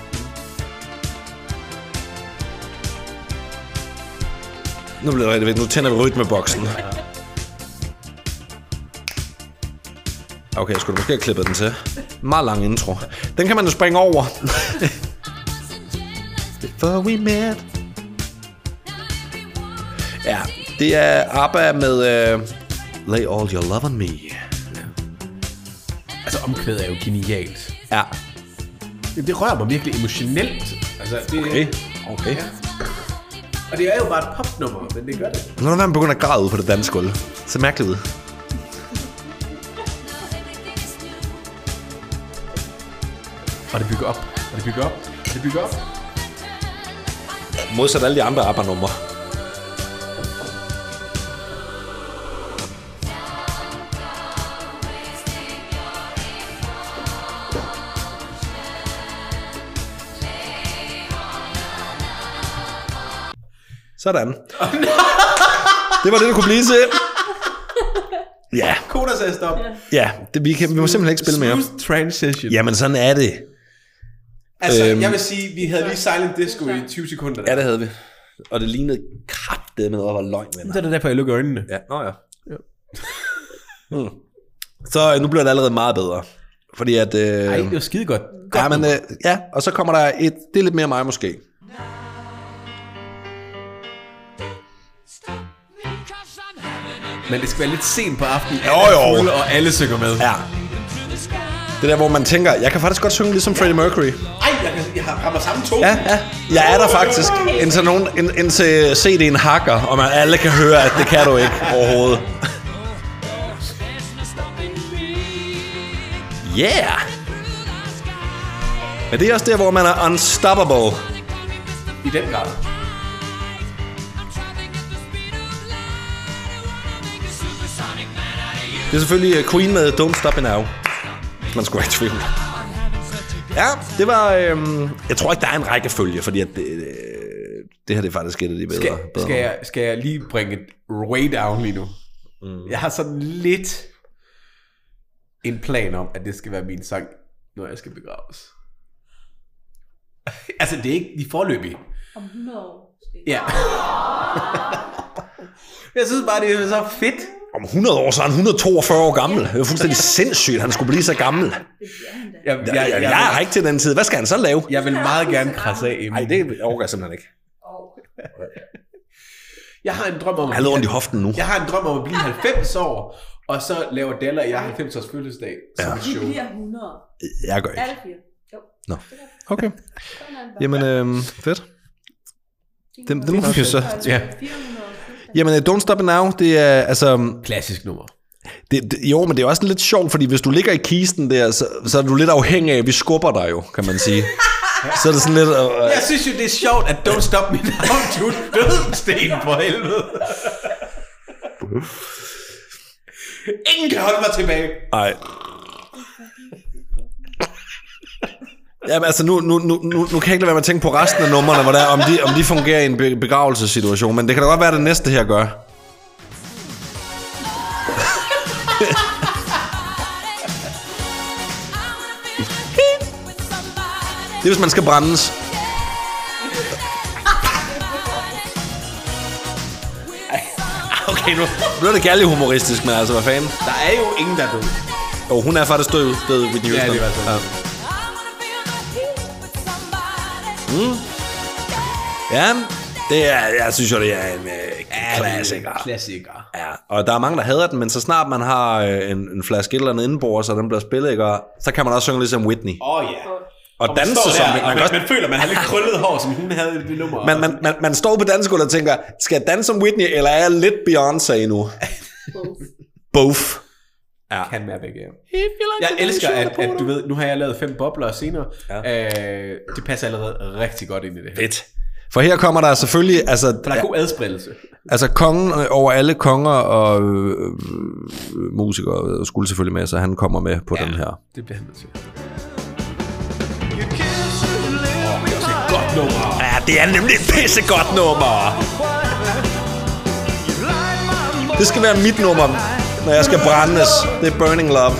Nu bliver det rigtig vigtigt. Nu tænder vi rytmeboksen. Okay, jeg skulle måske have klippet den til. Meget lang intro. Den kan man jo springe over. Before we met. Ja, det er ABBA med uh, Lay All Your Love On Me.
Altså, omkvædet er jo genialt.
Ja,
Jamen, det rører mig virkelig emotionelt. Altså, det,
okay. Okay.
Og det er jo bare et popnummer, men det gør det.
Nu er man begyndt at græde ud på det danske gulv. Så mærkeligt ud.
Og det bygger op, og det bygger op, og det bygger op.
Modsat alle de andre ABBA-numre. Sådan. Det var det, det kunne blive til. Ja,
Koda sagde stop.
ja det, vi, kan, vi må simpelthen ikke spille mere.
Smooth transition.
Jamen, sådan er det.
Altså,
Øhm.
jeg vil sige, vi havde lige Silent Disco i 20 sekunder.
Ja, det havde vi. Og det lignede kraftedet med noget, var løgn, venner.
er derfor, jeg lukker øjnene.
Ja, nå ja. Mm. Så øh, nu bliver det allerede meget bedre. Fordi at... Øh,
Ej, det var skide godt.
ja, men, øh, ja, og så kommer der et... Det er lidt mere mig måske.
Men det skal være lidt sent på aftenen.
Jo,
Alle er
jo.
fulde, Og alle synger med.
Ja. Det der, hvor man tænker, jeg kan faktisk godt synge ligesom Freddie Mercury.
Ej, jeg, kan- jeg har rammer samme to.
Ja, ja. Jeg er der faktisk. Indtil, nogen, ind, indtil CD'en hakker, og man alle kan høre, at det kan du ikke overhovedet. Yeah! Men det er også der, hvor man er unstoppable.
I den grad.
Det er selvfølgelig øh, Queen med Don't Stop Me Now. Man skulle være i tvivl. Ja, det var... Øhm, jeg tror ikke, der er en rækkefølge, fordi at det, øh, det her det er faktisk et af de bedre.
Skal,
bedre.
skal, jeg, skal jeg lige bringe et way down lige nu? Mm. Jeg har sådan lidt en plan om, at det skal være min sang, når jeg skal begraves. altså, det er ikke de forløbige.
Om 100 år. måske.
Ja. jeg synes bare, det er så fedt.
Om 100 år, så er han 142 år gammel. Det er jo fuldstændig sindssygt, at han skulle blive så gammel.
Det bliver han da.
Jeg,
Jeg, jeg, jeg er ikke til den tid. Hvad skal han så lave?
jeg vil meget gerne krasse af.
Nej,
Emil.
det overgår jeg simpelthen ikke.
Og
Jeg har en drøm om...
Han
at
har
blive-
ondt i hoften nu.
Jeg har en drøm om at blive 90 år, og så laver Della og jeg 90 års fødselsdag som
Ja.
et
vi
show.
bliver 100.
Jeg gør ikke.
Alle fire. Jo.
Nå.
Det er godt.
Okay.
Sådan er det bare.
Jamen, øhm, fedt. det- det må vi jo så-
ja.
400 år.
Jamen, øh, Don't Stop It Now, det er, altså,
Klassisk nummer.
Det, det, jo, men det er også lidt sjovt, fordi hvis du ligger i kisten der, så, så er du lidt afhængig af, at vi skubber dig jo, kan man sige. så er det sådan lidt... Øh,
Jeg synes jo, det er sjovt, at Don't Stop Me Now, du er død, Sten, for helvede. Ingen kan holde mig tilbage.
nej. Jamen altså, nu, nu, nu, nu, nu kan jeg ikke lade være med at tænke på resten af numrene, hvor der, er, om, de, om de fungerer i en be- begravelsessituation, men det kan da godt være, at det næste her gør. Det er, hvis man skal brændes. Okay, nu blev det gærlig humoristisk, men altså, hvad fanden?
Der er jo ingen, der er død.
Jo, hun er faktisk død, død Whitney Houston.
det var sådan.
Ja, det er, jeg synes jo, det er en øh, klassiker.
Klassiker.
Ja, og der er mange, der hader den, men så snart man har øh, en, en flaske et eller andet indenbords, og den bliver spillet, ikke? Og så kan man også synge lidt som Whitney.
Åh oh, ja.
Og danse som Whitney. Man,
man,
kan også,
man, føler, man har lidt krøllet hår, som hun havde i det nummer.
man, man, man, man står på dansegulvet og tænker, skal jeg danse som Whitney, eller er jeg lidt Beyoncé nu? Both.
kan være begge. Jeg elsker, at, at du ved, nu har jeg lavet fem bobler senere.
Ja.
Øh, det passer allerede rigtig godt ind i det her.
Fedt. For her kommer der selvfølgelig, altså,
For der er god adspredelse.
Altså kongen øh, over alle konger og øh, øh, musikere øh, skulle selvfølgelig med, så han kommer med på ja. den her.
Det bliver han nødt til. Åh, det er også et godt nummer.
Ja, det er nemlig et pissegodt nummer. Det skal være mit nummer, når jeg skal brændes. Det er Burning Love.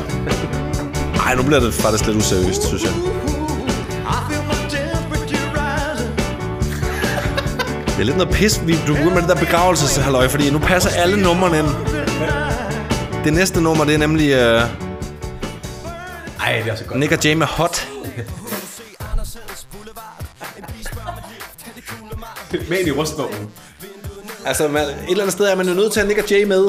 Nej, nu bliver det faktisk lidt useriøst, synes jeg. Det er lidt noget pis, vi du begynder med det der begravelseshalløj, fordi nu passer alle numrene ind. Det næste nummer, det er nemlig øh,
Ej, det er også et godt.
Nick og Jay med Hot. Mm.
Med ind i rustvognen.
Altså, man, et eller andet sted er man jo nødt til at have Nick og Jay med.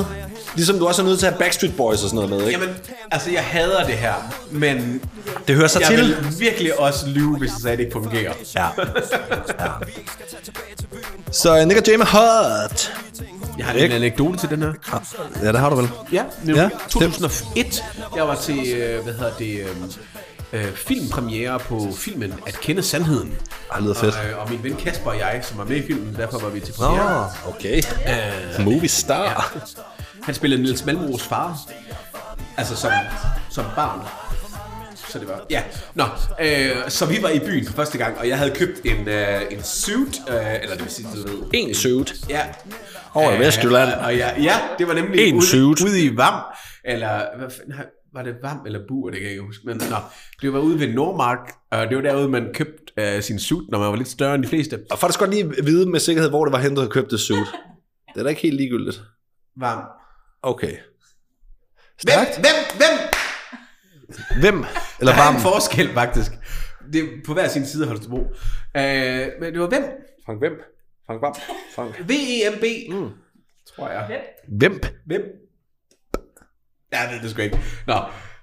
Ligesom du også er nødt til at have Backstreet Boys og sådan noget med, ikke?
Jamen, altså jeg hader det her, men
det hører sig
jeg
til.
vil virkelig også lyve, hvis jeg sagde, at det ikke fungerer.
Ja. ja. Så øh, Nick og Jay med Hot.
Jeg har lige en
Ikke?
anekdote til den her.
Ja, det har du vel.
Ja, nu,
Ja,
ja 2001. Jeg var til, øh, hvad hedder det, øh, øh, filmpremiere på filmen At kende sandheden.
Ej, lyder fedt.
Og, øh, og min ven Kasper og jeg, som var med i filmen, derfor var vi til
Nå,
premiere.
okay. Movie star.
Han spillede Niels Malmros far. Altså som, som barn. Så det var... Ja, nå. Øh, så vi var i byen for første gang, og jeg havde købt en, øh, en suit, øh, eller det vil sige, du ved...
En suit.
Ja.
Over i
Øh,
Vestjylland.
Og ja, ja, det var nemlig
En
ude,
suit.
ude i Vam, eller hvad fanden har- var det Vam eller Bur, det kan jeg ikke huske. Men nå, det var ude ved Nordmark, og det var derude, man købte øh, sin suit, når man var lidt større end de fleste.
Og faktisk godt lige vide med sikkerhed, hvor det var hentet og købt det suit. Det er da ikke helt ligegyldigt.
Vam.
Okay.
Hvem,
Stærkt.
hvem, hvem?
Hvem? Eller
Der er
varm?
en forskel, faktisk. Det er på hver sin side af Holstebro. Øh, men det var hvem?
Frank Hvem? Frank Vam? Frank.
V-E-M-B, mm. tror jeg.
Hvem?
Hvem? Ja, det, det sgu ikke. Nå,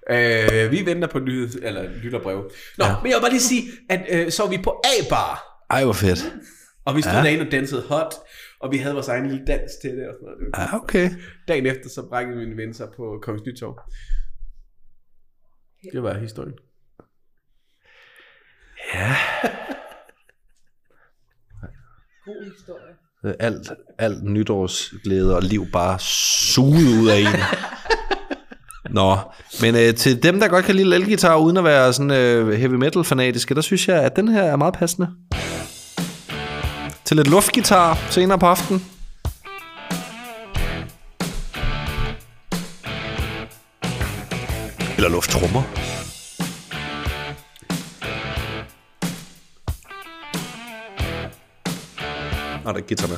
øh, vi venter på nyhed, eller lytterbrev. Nå, ja. men jeg vil bare lige sige, at øh, så var vi på A-bar,
Ej, hvor fedt.
og vi stod ja. derinde og dansede hot, og vi havde vores egen lille dans til det og sådan noget. Det var-
Ja, Ah, okay.
Dagen efter, så brækkede mine venner sig på Kongens Nytorv. Det var historien.
God historie.
alt, Ah, alt nytårsglæde og liv bare suget ud af en. Nå, men øh, til dem, der godt kan lide elgitar uden at være sådan øh, heavy metal fanatiske, der synes jeg, at den her er meget passende. Til lidt luftgitar senere på aftenen. Eller lufttrummer. Nå, der er guitar med.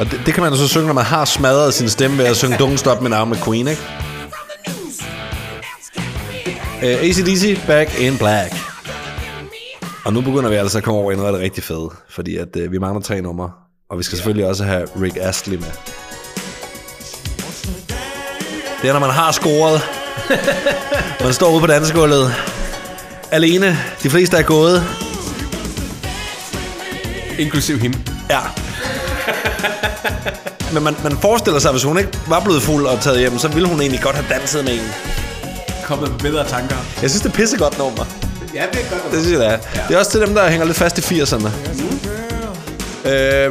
Og det, det kan man jo så synge, når man har smadret sin stemme ved at synge Don't Stop Me Now med Queen, ikke? Uh, ACDC, Back in Black. Og nu begynder vi altså at komme over i noget af det rigtig fede, fordi at, uh, vi mangler tre numre, og vi skal selvfølgelig også have Rick Astley med. Det er, når man har scoret. man står ude på dansegulvet. Alene. De fleste er gået.
Inklusiv hende.
Ja. Men man, man forestiller sig, at hvis hun ikke var blevet fuld og taget hjem, så ville hun egentlig godt have danset med en.
Kommet med bedre tanker.
Jeg synes, det er pissegodt nummer.
Ja, det er godt.
Det synes jeg, det er. Det er også til dem, der hænger lidt fast i 80'erne. Uh,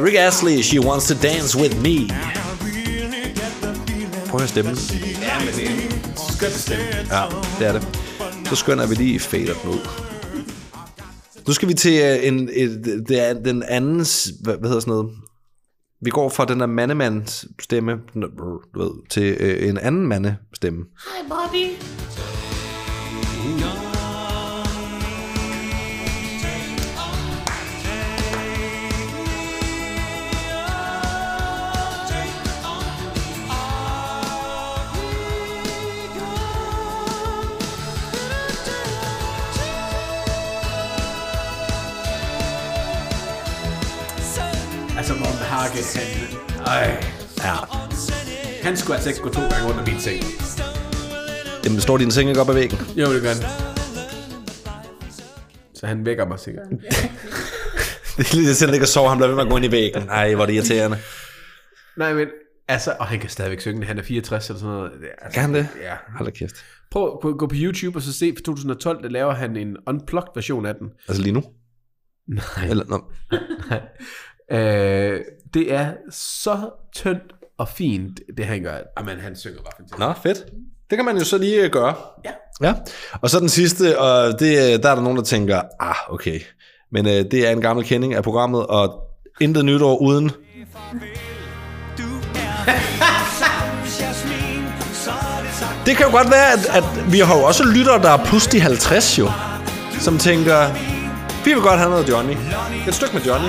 Rick Astley, She Wants to Dance With Me. Prøv at høre stemmen.
Ja, men det er en skøn stemme.
Ja, det er det. Så skønner vi lige fader den ud. Nu skal vi til øh, en, et, det er den andens, hvad, hvad hedder sådan noget? Vi går fra den der mandemands stemme, den der, brr, du ved, til øh, en anden mande stemme.
Hej, Bobby.
Altså, Morten Harke, han... Ej.
Ja.
Han skulle altså ikke gå to gange rundt om min seng.
Jamen, står din seng ikke op ad væggen?
Jo, det gør han. Så han vækker mig sikkert.
Det er lige det, ikke at sove, han bliver ved med at gå ind i væggen. Nej, hvor er det irriterende.
Nej, men... Altså, og han kan stadigvæk synge, han er 64 eller sådan noget. Det er- Altså,
Kan han det?
Ja.
Hold da kæft.
Prøv at gå- gå på YouTube og så se, for 2012, der laver han en unplugged version af den.
Altså lige nu?
Nej.
Eller, nå.
Øh, det er så tyndt og fint, det han gør. Jamen, han synger bare fantastisk.
nå, fedt. Det kan man jo så lige øh, gøre.
Ja.
ja. Og så den sidste, og det, øh, der er der nogen, der tænker, ah, okay. Men øh, det er en gammel kending af programmet, og intet nytår uden. Det kan jo godt være, at, at vi har jo også lyttere, der er plus de 50 jo, som tænker, vi vil godt have noget Johnny. Et stykke med Johnny.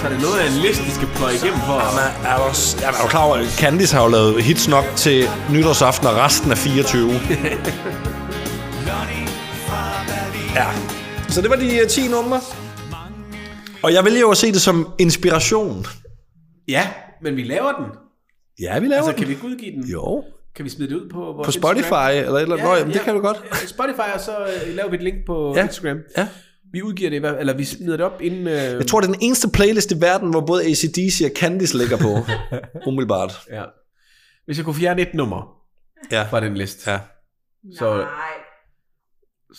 Så er det noget af en liste, vi skal pløje igennem for.
Jamen, er du, jamen, er du klar over, at Candice har jo lavet hits nok til nytårsaften og resten af 24? ja. Så det var de øh, 10 numre. Og jeg vælger jo at se det som inspiration.
Ja, men vi laver den.
Ja, vi laver
Altså,
den.
kan vi ikke udgive den?
Jo,
Kan vi smide det ud på vores
på Spotify eller et eller andet. Ja, Nå, jamen, det kan du godt.
Spotify, og så øh, laver vi et link på
Ja.
ja. Instagram.
Ja.
Vi udgiver det, i hvert- eller vi smider det op inden... Øh,
Jeg tror, det er den eneste playlist i verden, hvor både ACDC og Candice ligger på. Umiddelbart.
Ja. Hvis jeg kunne fjerne et nummer
Ja.
fra den liste,
Ja.
så,
Nej.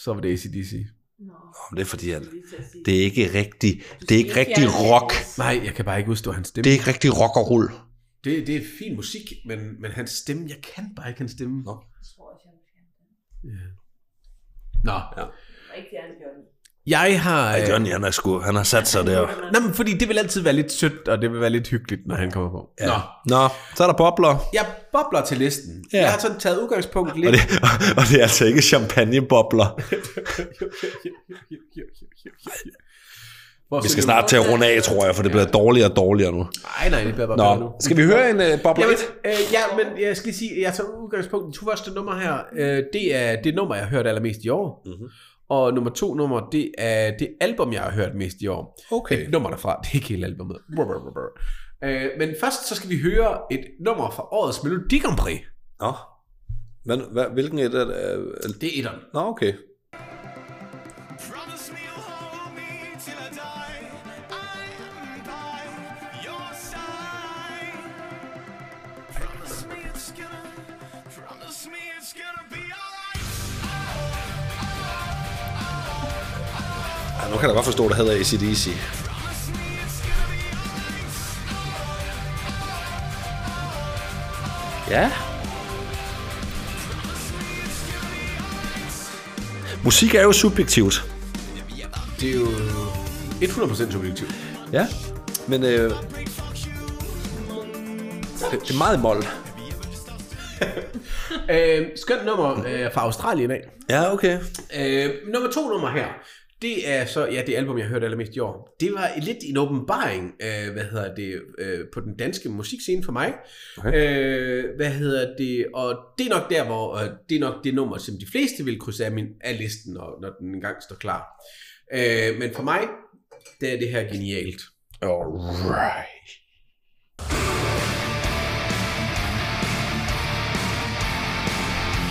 så var det ACDC.
Nå,
Det er fordi, at
jeg lige til at sige.
det er ikke rigtig, det er ikke rigtig rock.
Nej, jeg kan bare ikke udstå hans stemme.
Det er ikke rigtig rock og roll.
det, det er fin musik, men, men hans stemme, jeg kan bare ikke hans stemme. Nå.
Jeg tror også, jeg vil fjerne den.
Nå. Ja.
Jeg må Ikke fjerne Johnny.
Jeg har...
Ja, Johnny, han, er sgu, han har sat sig der.
Nå, men fordi det vil altid være lidt sødt, og det vil være lidt hyggeligt, når han kommer på. Ja. Nå.
Nå, så er der bobler.
Jeg bobler til listen. Ja. Jeg har sådan taget udgangspunkt lidt.
Og det, og det er altså ikke champagnebobler.
Hvor
Vi skal snart til at runde af, tror jeg, for det bliver dårligere og dårligere nu.
Nej, nej, det bliver bare
Nå,
bedre nu.
skal vi høre en uh, bobler
Ja, men,
1?
øh, ja, men jeg skal lige sige, jeg tager udgangspunkt i de to første numre her. Øh, det er det nummer, jeg har hørt allermest i år.
Mhm.
Mm-hmm. Og nummer to nummer, det er det album, jeg har hørt mest i år. Okay. Et nummer derfra, det er ikke hele albumet. Brr, brr, brr, brr. Øh, men først så skal vi høre et nummer fra årets Melodi Grand Prix.
Nå. Hvad, hvad, hvilken et er det? øh,
Det er etteren.
Nå, okay. Ja, nu kan jeg da godt forstå, at der hedder ACDC.
Ja.
Musik er jo subjektivt.
Det er jo 100% subjektivt.
Ja. Men øh, det, det er meget mål.
Øh, skønt nummer øh, fra Australien af.
Ja, okay.
Øh, nummer to nummer her, det er så, ja, det album, jeg hørte allermest i år. Det var lidt en åbenbaring, øh, hvad hedder det, øh, på den danske musikscene for mig. Okay. Øh, hvad hedder det, og det er nok der, hvor, øh, det er nok det nummer, som de fleste vil krydse af, min, af listen, når, når den engang står klar. Øh, men for mig, der er det her genialt. Alright.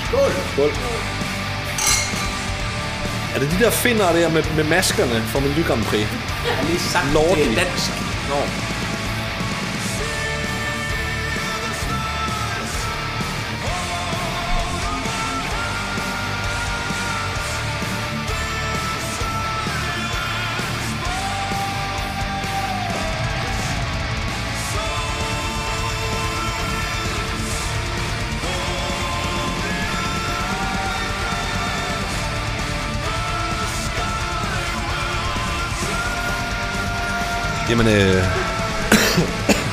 Skål!
Er det de der finder der med, med maskerne fra Melodi Grand Prix?
Jeg har lige sagt,
Lordi.
det er dansk. Nå.
Jamen, øh...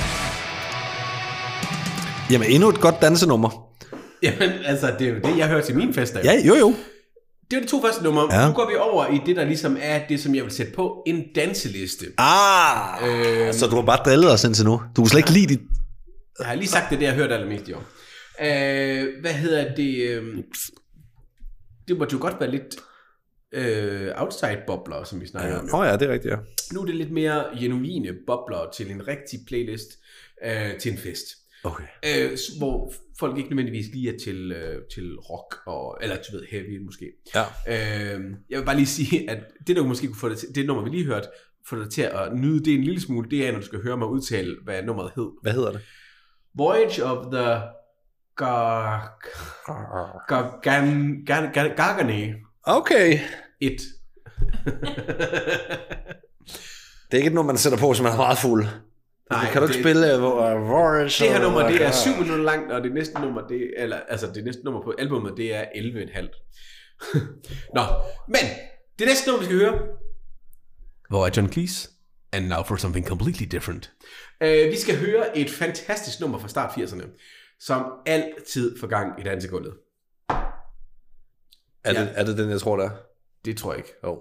Jamen, endnu et godt dansenummer.
Jamen, altså, det er jo det, jeg hører til min fest.
Ja, jo jo.
Det var de to første numre.
Ja.
Ja. Nu går vi over i det, der ligesom er det, som jeg vil sætte på. En danseliste.
Ah! Øh... Så du har bare drillet os indtil nu. Du kan slet ikke lide dit...
Jeg har lige sagt det, det jeg hørte allermest i år. Øh, hvad hedder det? Øh, det måtte jo godt være lidt øh, outside-bobler, som vi snakker om.
Åh oh, ja, det er rigtigt, ja.
Nu er det lidt mere genuine bobler til en rigtig playlist øh, til en fest.
Okay.
Øh, s- hvor folk ikke nødvendigvis lige er til, øh, til rock, og, eller du ved, heavy måske.
Ja.
Øh, jeg vil bare lige sige, at det der måske kunne få dig til, det nummer vi lige hørte, få dig til at nyde det en lille smule, det er, når du skal høre mig udtale, hvad nummeret hed.
Hvad hedder det?
Voyage of the Gar... Gar... Gan... Gan... Gan... Gargane
Okay.
1.
Det er ikke et nummer, man sætter på, som man er meget fuld. Nej, kan du ikke
det-
spille uh, Warriors?
Det her nummer, det er 7 minutter langt, og det næste nummer, det, eller, altså det næste nummer på albumet, det er 11,5. Nå, men det næste nummer, vi skal høre, hvor er John Cleese? And now for something completely different. Uh, vi skal høre et fantastisk nummer fra start 80'erne, som altid får gang i dansegulvet.
Er det, er det den, jeg tror, det er?
Det tror jeg ikke.
Jo.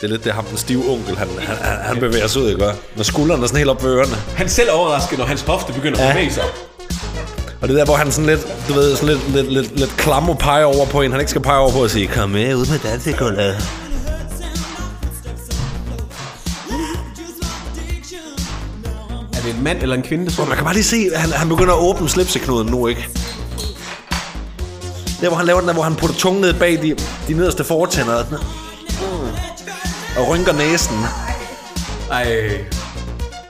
Det er lidt det, ham den stive onkel, han, han, han- han bevæger sig ud, ikke hva'? Når skuldrene er sådan helt op ved ørerne.
Han er selv overrasket, når hans hofte begynder at bevæge sig.
Og det er der, hvor han sådan lidt, du ved, sådan lidt, lidt, lidt, lidt klam og peger over på en, han ikke skal pege over på og sige, kom med ud med dansegulvet.
Er det en mand eller en kvinde, der står
Man kan bare lige se, at han, han begynder at åbne slipseknuden nu, ikke? Der, hvor han laver den der, hvor han putter tungen ned bag de, de nederste fortænder. og sådan- Og rynker næsen.
Ej,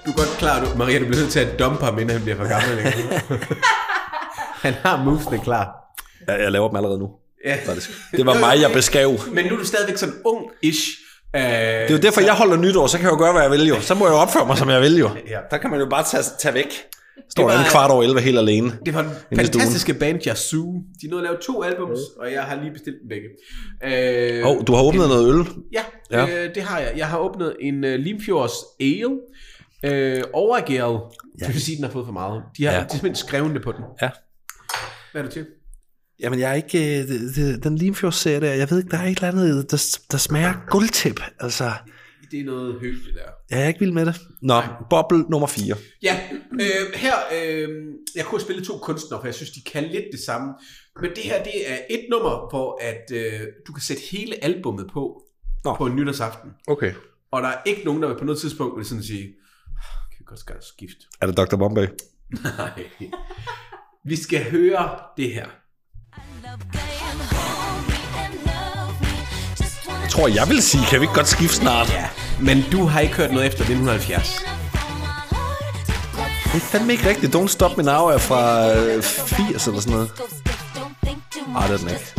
du er godt klar, du, Maria, du bliver nødt til at dumpe ham, inden han bliver for gammel. Ikke? han har movesene klar.
Jeg, jeg laver dem allerede nu.
Ja.
faktisk. Det var mig, jeg beskrev. Det
Men nu er du stadigvæk sådan ung-ish. Øh, det
er jo derfor, jeg holder nytår, så kan jeg jo gøre, hvad jeg vil jo. Så må jeg jo opføre mig, som jeg vil jo.
Ja.
Der kan man jo bare tage, tage væk. Står
Det
var...
var-
en kvart over 11 helt alene.
det var
i
den
stuen.
fantastiske band Yazoo. De nåede at lave to albums, og jeg har lige bestilt dem begge. Øh,
Åh, oh, du har åbnet noget øl.
Ja,
Ja.
ja. Øh, det har jeg. Jeg har åbnet en øh, Limfjords Ale. Øh, overageret. Ja. Du kan sige, at den har fået for meget. De har
Ja.
ja. simpelthen skrevet det på den.
Ja.
Hvad er du til?
Jamen, jeg er ikke... øh, det- det- Den limfjordsserie der, jeg ved ikke, der er et eller andet, der, der smager guldtip. Altså,
Det er noget højt, der.
jeg er ikke vild med det. Nå, boble nummer 4.
Ja, øh, her, øh, jeg kunne spille to kunstnere, for jeg synes, de kan lidt det samme. Men det her, det er et nummer, hvor at, øh, du kan sætte hele albummet på,
Nå.
Nå. på en nytårsaften.
Okay.
Og der er ikke nogen, der vil på noget tidspunkt vil sådan sige, "Ah, kan vi godt skal skifte.
Er det Dr. Bombay?
Nej. Vi skal høre det her.
Jeg tror, jeg vil sige, kan vi ikke godt skifte snart?
Ja, men du har ikke hørt noget efter 1970.
Det er fandme ikke rigtigt. Don't Stop Me Now er fra øh, 80 eller sådan noget.
Ej, det er den ikke.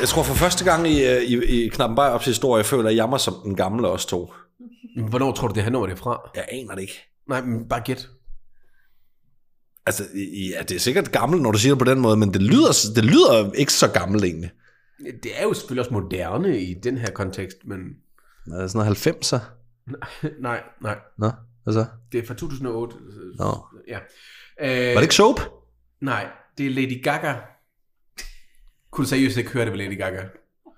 jeg tror for første gang i, øh, i, i Knappen Bajerups historie, føler jeg mig som den gamle os to.
Hvornår tror du, det her nummer det er fra?
Jeg aner det ikke.
Nej, men bare gæt.
Altså, i- ja, det er sikkert gammelt, når du siger det på den måde, men det lyder, det lyder ikke så gammelt egentlig.
Det er jo selvfølgelig også moderne i den her kontekst, men
Er det sådan noget 90'er?
nej, nej.
Nå, hvad så?
Det er fra 2008.
Nå.
Ja. Øh,
Var det ikke soap?
Nej, det er Lady Gaga. Kunne du seriøst ikke høre det med Lady Gaga?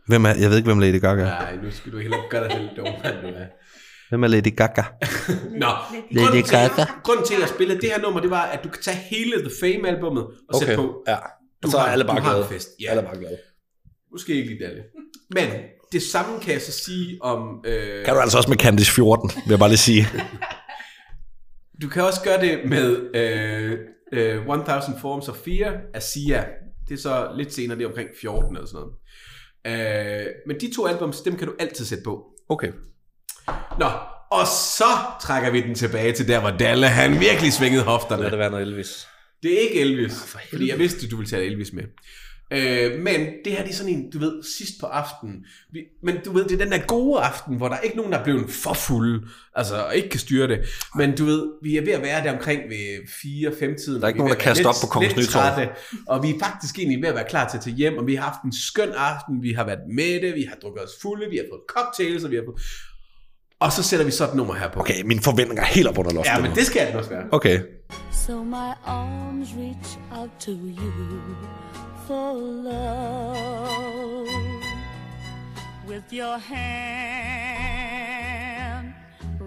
Hvem er, jeg ved ikke, hvem Lady Gaga er.
Nej, nu skal du heller ikke gøre dig helt dum, mand, du er.
Hvem er Lady Gaga?
Nå, grunden til, grunden til, at jeg spillede det her nummer, det var, at du kan tage hele The Fame-albummet og okay. sætte på.
ja.
Du
så er alle bare
du har
glade.
en fest. Ja,
Alle er bare glade.
måske ikke lige alle. Men det samme kan jeg så sige om... Øh,
Kan du altså også med Candice 14, vil jeg bare lige sige.
Du kan også gøre det med øh, øh, 1000 Forms of Fear af Sia. Det er så lidt senere, det er omkring 14 eller sådan noget. Øh, men de to albums, dem kan du altid sætte på.
Okay.
Nå, og så trækker vi den tilbage til der, hvor Dalle han virkelig svingede hofterne.
det være noget Elvis.
Det er ikke Elvis, for fordi jeg vidste, du ville tage Elvis med. Øh, men det her det er sådan en, du ved, sidst på aftenen. Vi, men du ved, det er den der gode aften, hvor der er ikke nogen, der er blevet for fulde, altså og ikke kan styre det. Men du ved, vi er ved at være der omkring ved 4-5 tiden.
Der er ikke nogen, der kaster op på Kongens Nytorv.
Og vi er faktisk egentlig ved at være klar til at tage hjem, og vi har haft en skøn aften, vi har været med det, vi har drukket os fulde, vi har fået cocktails, og vi har fået... Og så sætter vi så et nummer her på.
Okay, mine forventninger er helt op under loftet.
Ja, men det skal den også være.
Okay.
So my arms reach out to you for love. With your hand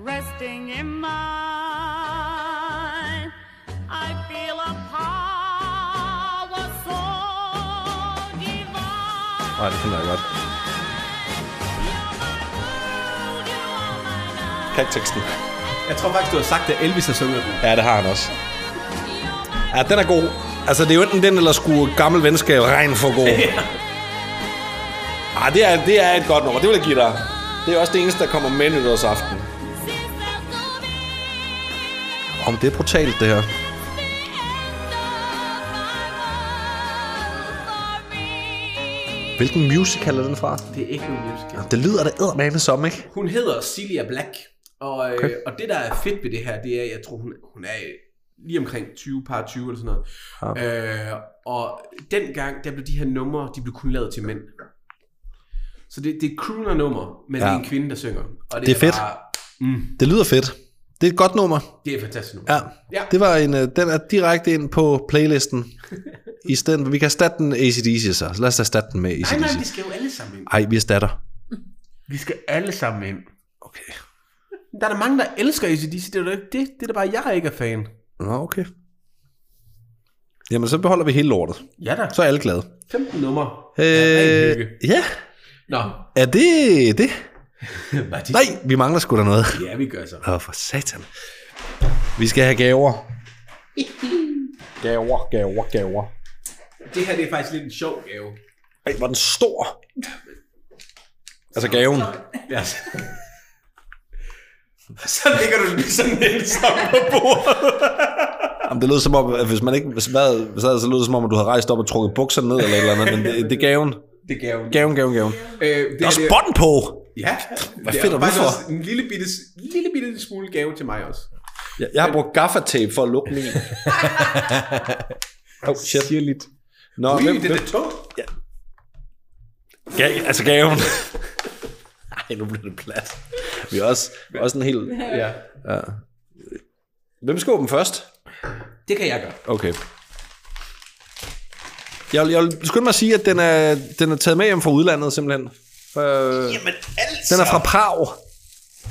resting in mine, I feel a power so divine.
Nej, det kender jeg godt. Kan ikke teksten.
Jeg tror faktisk, du har sagt, at Elvis har sunget den.
Ja, det har han også. Ja, den er god. Altså, det er jo enten den, eller skulle gammel venskab regn for god. Ej, det er, det er et godt nummer. Det vil jeg give dig. Det er også det eneste, der kommer med nytårsaften. Om det er brutalt, det her. Hvilken musical er den fra?
Det er ikke nogen musical.
Det lyder det eddermame som, ikke?
Hun hedder Celia Black, og, øh, okay. og det der er fedt ved det her, det er, jeg tror, hun, hun er øh, lige omkring 20, par 20 eller sådan noget. Ja. Øh, og dengang, der blev de her numre, de blev kun lavet til mænd. Så det, det er crooner-nummer, men ja. det er en kvinde, der synger. Og
Det er fedt.
Bare, Mm,
Det lyder fedt. Det er et godt nummer.
det er fantastisk nummer.
Ja.
Ja.
ja. Det var en, øh, den er direkte ind på playlisten. I stedet, vi kan erstatte den med ACDC, så. så lad os erstatte den med
Nej, nej, vi
ACDC.
skal jo alle sammen ind.
Ej, vi erstatter.
Vi skal alle sammen ind.
Okay.
Der er der mange, der elsker ACDC, det er da ikke det. Det er da bare, jeg ikke er fan.
Nå, okay. Jamen, så beholder vi hele lortet.
Ja da.
Så er alle glade.
15 numre.
Øh,
ren hygge.
ja,
Nå.
er det det?
Var det-
Nej, vi mangler sgu da noget.
Ja, vi gør så.
Åh, for satan. Vi skal have gaver. Gaver, gaver, gaver.
Det her det er faktisk lidt en sjov gave.
Ej, hvor er den stor. Altså gaven.
Ja. så ligger du lige sådan helt sammen på bordet.
Jamen, det lød som om, at hvis man ikke sad, sad så lød det som om, at du havde rejst op og trukket bukserne ned eller et eller andet, men det, det er gaven.
Det gav jo.
Gaven, gaven, gaven.
Øh, det
Der er
her, det
bånd på!
Ja.
Hvad
Det er
fedt, og
faktisk
hvorfor?
også En lille bitte, lille bitte smule gave til mig også.
Jeg, jeg har brugt gaffatape for at lukke min. oh, shit.
Sirligt.
Nå,
Ui,
hvem,
det
hvem,
er tungt.
ga, altså gaven. Ej, nu bliver det plat. Vi er også, også en helt...
Ja.
Hvem skal åbne først?
Det kan jeg gøre.
Okay. Jeg vil, jeg vil skynde mig at sige, at den er, den er taget med hjem fra udlandet, simpelthen. Øh,
Jamen altså.
den er fra Prag.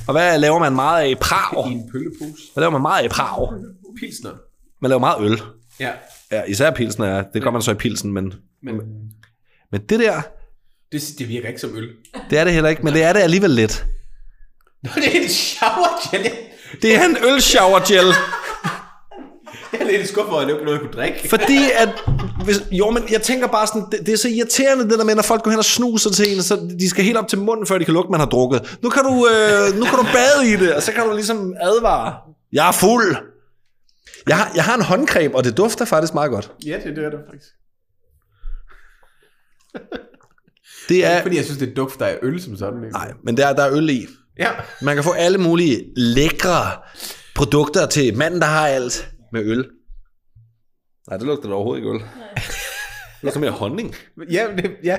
Og hvad laver man meget af i Prag?
I en pøllepose.
Man laver man meget i Prag.
Pilsner.
Man laver meget øl.
Ja.
Ja, især pilsen er. Det gør man så i pilsen, men,
Men
men det der,
det, det virker ikke som øl.
det er det heller ikke. Men det er det alligevel lidt.
Nå, det er en shower gel.
Det er en ølshower gel.
Jeg er lidt skuffet over, at det ikke var noget, jeg kunne drikke.
Fordi at... Hvis, jo, men jeg tænker bare sådan, det, det, er så irriterende, det der med, når folk går hen og snuser til en, så de skal helt op til munden, før de kan lugte, man har drukket. Nu kan du, øh, nu kan du bade i det, og så kan du ligesom advare. Jeg er fuld. Jeg har, jeg har en håndgreb, og det dufter faktisk meget godt.
Ja, det er det, der faktisk.
Det
Ja.
er,
Fordi jeg synes, det dufter af øl som sådan. Ikke?
nej, men der, der er øl i.
Ja.
Man kan få alle mulige lækre produkter til manden, der har alt med øl. Nej, det lugter da overhovedet ikke øl. Det lugter mere honning.
Ja, men det, ja.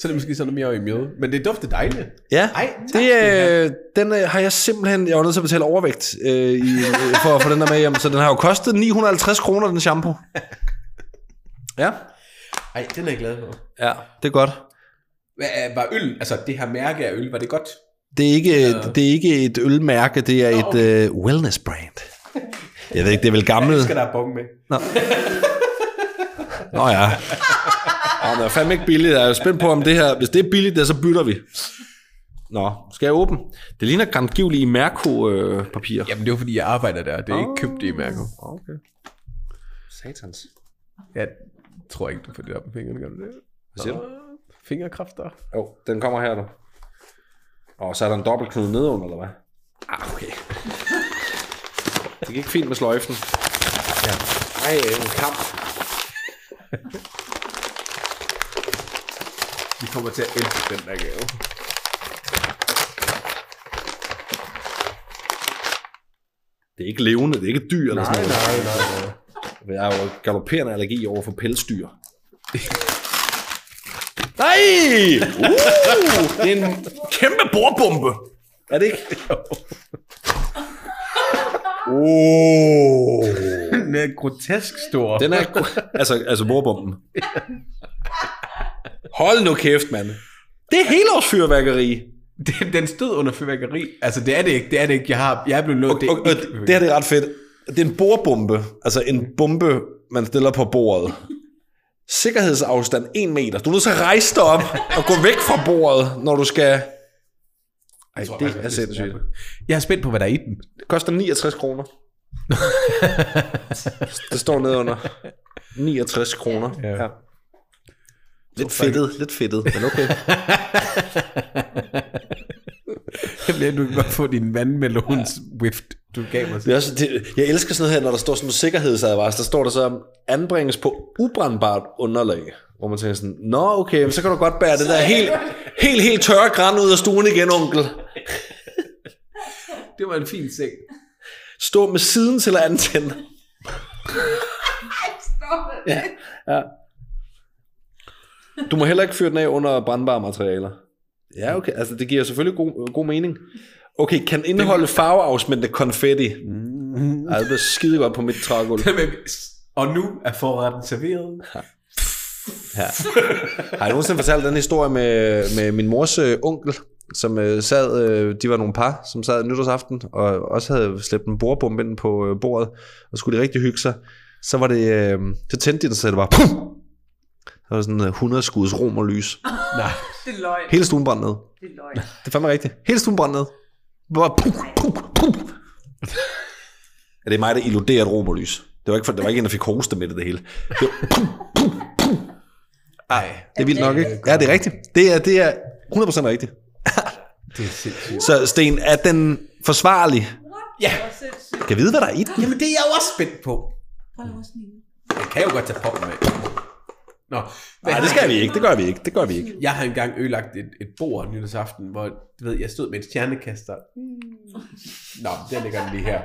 Så er det måske sådan mere i mjøde. Men det dufter dejligt.
Ja,
Ej, tak,
det,
Stefan.
øh, den øh, har jeg simpelthen, jeg var nødt til at betale overvægt øh, i, øh, for at få den der med hjem, så den har jo kostet 950 kroner, den shampoo. Ja,
Ej, den er jeg glad for.
ja, det er godt.
Hvad, er- var øl, altså det her mærke af øl, var det godt?
Det er ikke, det er ikke et ølmærke, det er et øh, wellness brand. Jeg ved ikke, det er vel
Jeg
gammel.
skal der have bonge med.
Nå ja. Nå, men det er fandme ikke billigt. Jeg er jo spændt på, om det her... Hvis det er billigt, der, så bytter vi. Nå, skal jeg åbne? Det ligner øh, grandgivligt i Merco-papir.
Jamen det var fordi, jeg arbejder der. Det er ikke købt i Mærko.
okay. Satans.
Jeg tror ikke, du får det op på fingrene, gør du det?
Hvad siger du?
Fingerkræfter.
Jo, den kommer her, du. Og så er der en dobbeltknude nedenunder, eller hvad? Ah, okay. Det gik fint med sløjfen. Ja. Ej, øh, en kamp.
Vi kommer til at elske den der gave.
Det er ikke levende, det er ikke dyr eller sådan noget.
nej, nej. nej.
Jeg har jo galopperende allergi over for pelsdyr. Nej! Uh, det er en kæmpe bordbombe. Er det ikke? Oh.
Den er grotesk stor.
Den er... Altså, altså bordbomben. Hold nu kæft, mand. Det er helårsfyrværkeri.
Den, den stod under fyrværkeri. Altså det er det ikke, det er det ikke. Jeg, har, jeg er blevet lovet
Og, og, det her det er ret fedt. Det er en bordbombe. Altså en bombe, man stiller på bordet. Sikkerhedsafstand 1 meter. Du er nødt til at rejse dig op og gå væk fra bordet, når du skal... Ej,
tror
det
faktisk,
er
det er
sindssygt.
Jeg er spændt på, hvad der er i den.
Det koster 69 kroner. det står nede under. 69 kroner.
Ja.
Lidt fedtet, lidt fedtet, men okay.
Jeg bliver du kan bare få din vandmelons whift. Du gav mig
Det er også, det, jeg elsker sådan noget her, når der står sådan en sikkerhedsadvarsel, der står der så, anbringes på ubrandbart underlag, hvor man tænker sådan, nå okay, men så kan du godt bære det der helt, helt, helt tørre græn ud af stuen igen, onkel.
Det var en fin seng.
Stå med siden til at antænde. Ja, ja. Du må heller ikke fyre den af under brandbare materialer. Ja, okay. Altså, det giver selvfølgelig god, god mening. Okay, kan indeholde farveafsmændende konfetti. Ej, det er skide godt på mit trægulv.
Og nu er forretten serveret.
Har jeg nogensinde fortalt den historie med, med min mors øh, onkel, som øh, sad, øh, de var nogle par, som sad nytårsaften, og også havde slæbt en bordbombe ind på øh, bordet, og skulle de rigtig hygge sig, så var det, øh, så tændte de den, så det var, pum! Så var det sådan øh, 100 skuds rom og lys.
Det er løgn.
Hele stuen brændte ned.
Det er løgn.
Det er fandme rigtigt. Hele stuen brændte ned. Bare pum, pum, pum. Ja, det er mig, der illuderer et rom og lys. Det var ikke, for, det var ikke en, der fik hoste med det, det hele. Det var,
Ej,
Det er vildt nok, ikke? Ja, det er rigtigt. Det er, det er 100% rigtigt.
det er sindssygt.
Så Sten, er den forsvarlig?
Ja,
Kan jeg vide, hvad der er i den?
jamen det er jeg jo også spændt på.
Prøv lige at snige.
Jeg kan jo godt tage poppen med. Nå, hvad
Nej, det skal vi ikke. Det gør vi ikke. Det gør vi ikke.
Jeg har engang ødelagt et, et bord nytårsaften, hvor du ved, jeg stod med en stjernekaster. Nå, men den ligger den lige her.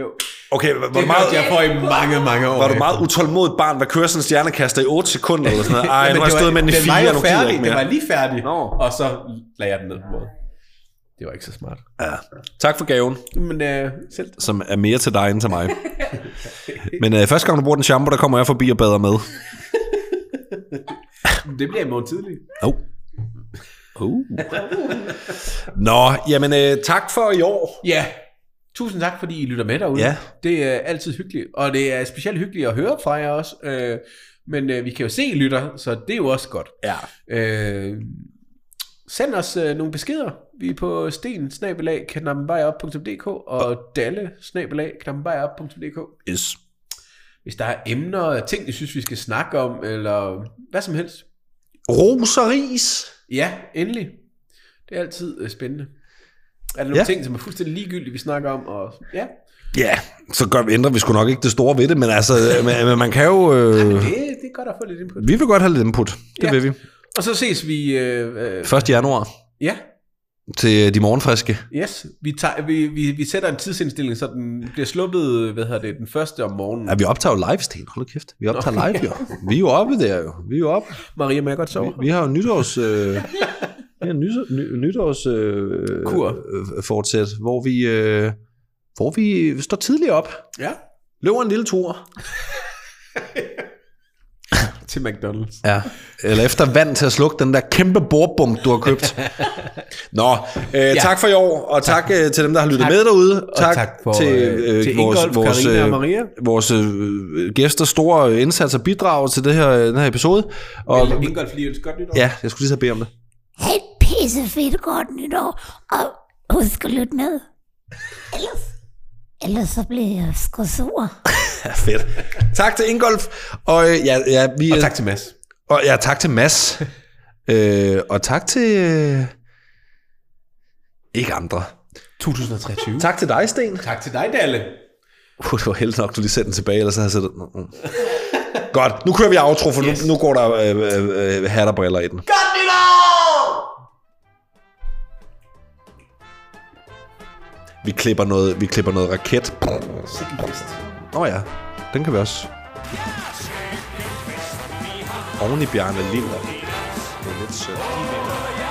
Jo.
Okay, var, var,
Det
du
meget, jeg
meget,
får i mange, mange år.
var du meget utålmodigt barn, der kører sådan en stjernekaster i 8 sekunder eller sådan noget?
Ja,
Ej,
men
nu har jeg
det
stået
var-
med den i
den var
4,
jo
nu gider jeg
færdig.
ikke
Den var
mere.
lige færdig,
Nå.
og så lagde jeg den ned på bordet. Det var ikke så smart.
Tak for gaven,
Men øh, selv
som er mere til dig end til mig. Men øh, første gang, du bruger den shampoo, der kommer jeg forbi og bader med.
det bliver i morgen tidlig.
Oh. Oh. Nå, jamen øh, tak for i år.
Ja, tusind tak, fordi I lytter med derude.
Ja.
Det er altid hyggeligt, og det er specielt hyggeligt at høre fra jer også. Øh, men øh, vi kan jo se, I lytter, så det er jo også godt.
Ja.
Øh, send os øh, nogle beskeder. Vi er på sten og dalle
Yes.
Hvis der er emner, ting, I synes, vi skal snakke om, eller hvad som helst.
Ros og ris.
Ja, endelig. Det er altid øh, spændende. Er der nogle
Ja. Mhm.
ja. ting, som er fuldstændig ligegyldige, vi snakker om? Og, ja,
Ja, så gør, ændrer vi sgu nok ikke det store ved det, men altså, øh, men, men man kan jo... Øh,
det, det er godt at få lidt input.
Vi vil godt have lidt input. Det
Ja.
vil vi.
Og så ses vi, øh, øh,
1. januar
ja,
til øh, de morgenfriske.
yes, vi, tager, vi, vi, vi sætter en tidsindstilling, så den bliver sluppet, hvad hedder det, den første om morgenen.
Ja, vi optager jo live, Sten. Hold da kæft. Vi optager
Nå,
live, jo. Vi er jo oppe der, jo. Vi er jo oppe.
Maria, må jeg godt sove?
Vi har jo nytårs... Øh, vi har nytår, ny, nytårs... Øh,
Kur.
Øh, fortsæt, hvor vi... Øh, hvor vi står tidligt op.
Ja,
Løber en lille tur.
til McDonald's.
Ja. Eller efter vand til at slukke den der kæmpe bordbomb, du har købt. Nå, øh, ja. tak for i år, og tak øh, til dem, der har lyttet
Tak.
med derude.
Og tak for, øh, til Ingolf, Karina og Maria.
øh, vores øh, gæster store indsats og bidrag til det her, øh, den her episode. Og,
Eller Ingolf lige ønsker godt nytår.
ja, jeg skulle lige så bede om det.
Ha' et pissefedt godt nytår, og husk at lytte med. Ellers, ellers så bliver jeg sgu sur.
Ja, fedt. Tak til Ingolf, og øh, ja, ja, vi,
Og tak til Mads.
og ja, tak til Mads. øh, og tak til... Øh, ikke andre.
2023.
Tak til dig, Sten.
Tak til dig, Dalle.
Uh, det var heldigt nok, du lige sendte den tilbage, ellers havde jeg siddet... Mm, mm. Godt, nu kører vi outro, for yes.
Yes.
nu, nu går der øh, øh, øh, hat og briller i den. Vi klipper noget, vi klipper noget raket. Åh oh, ja, den kan vi også. Oven i Bjarne Linder. Det er lidt sødt.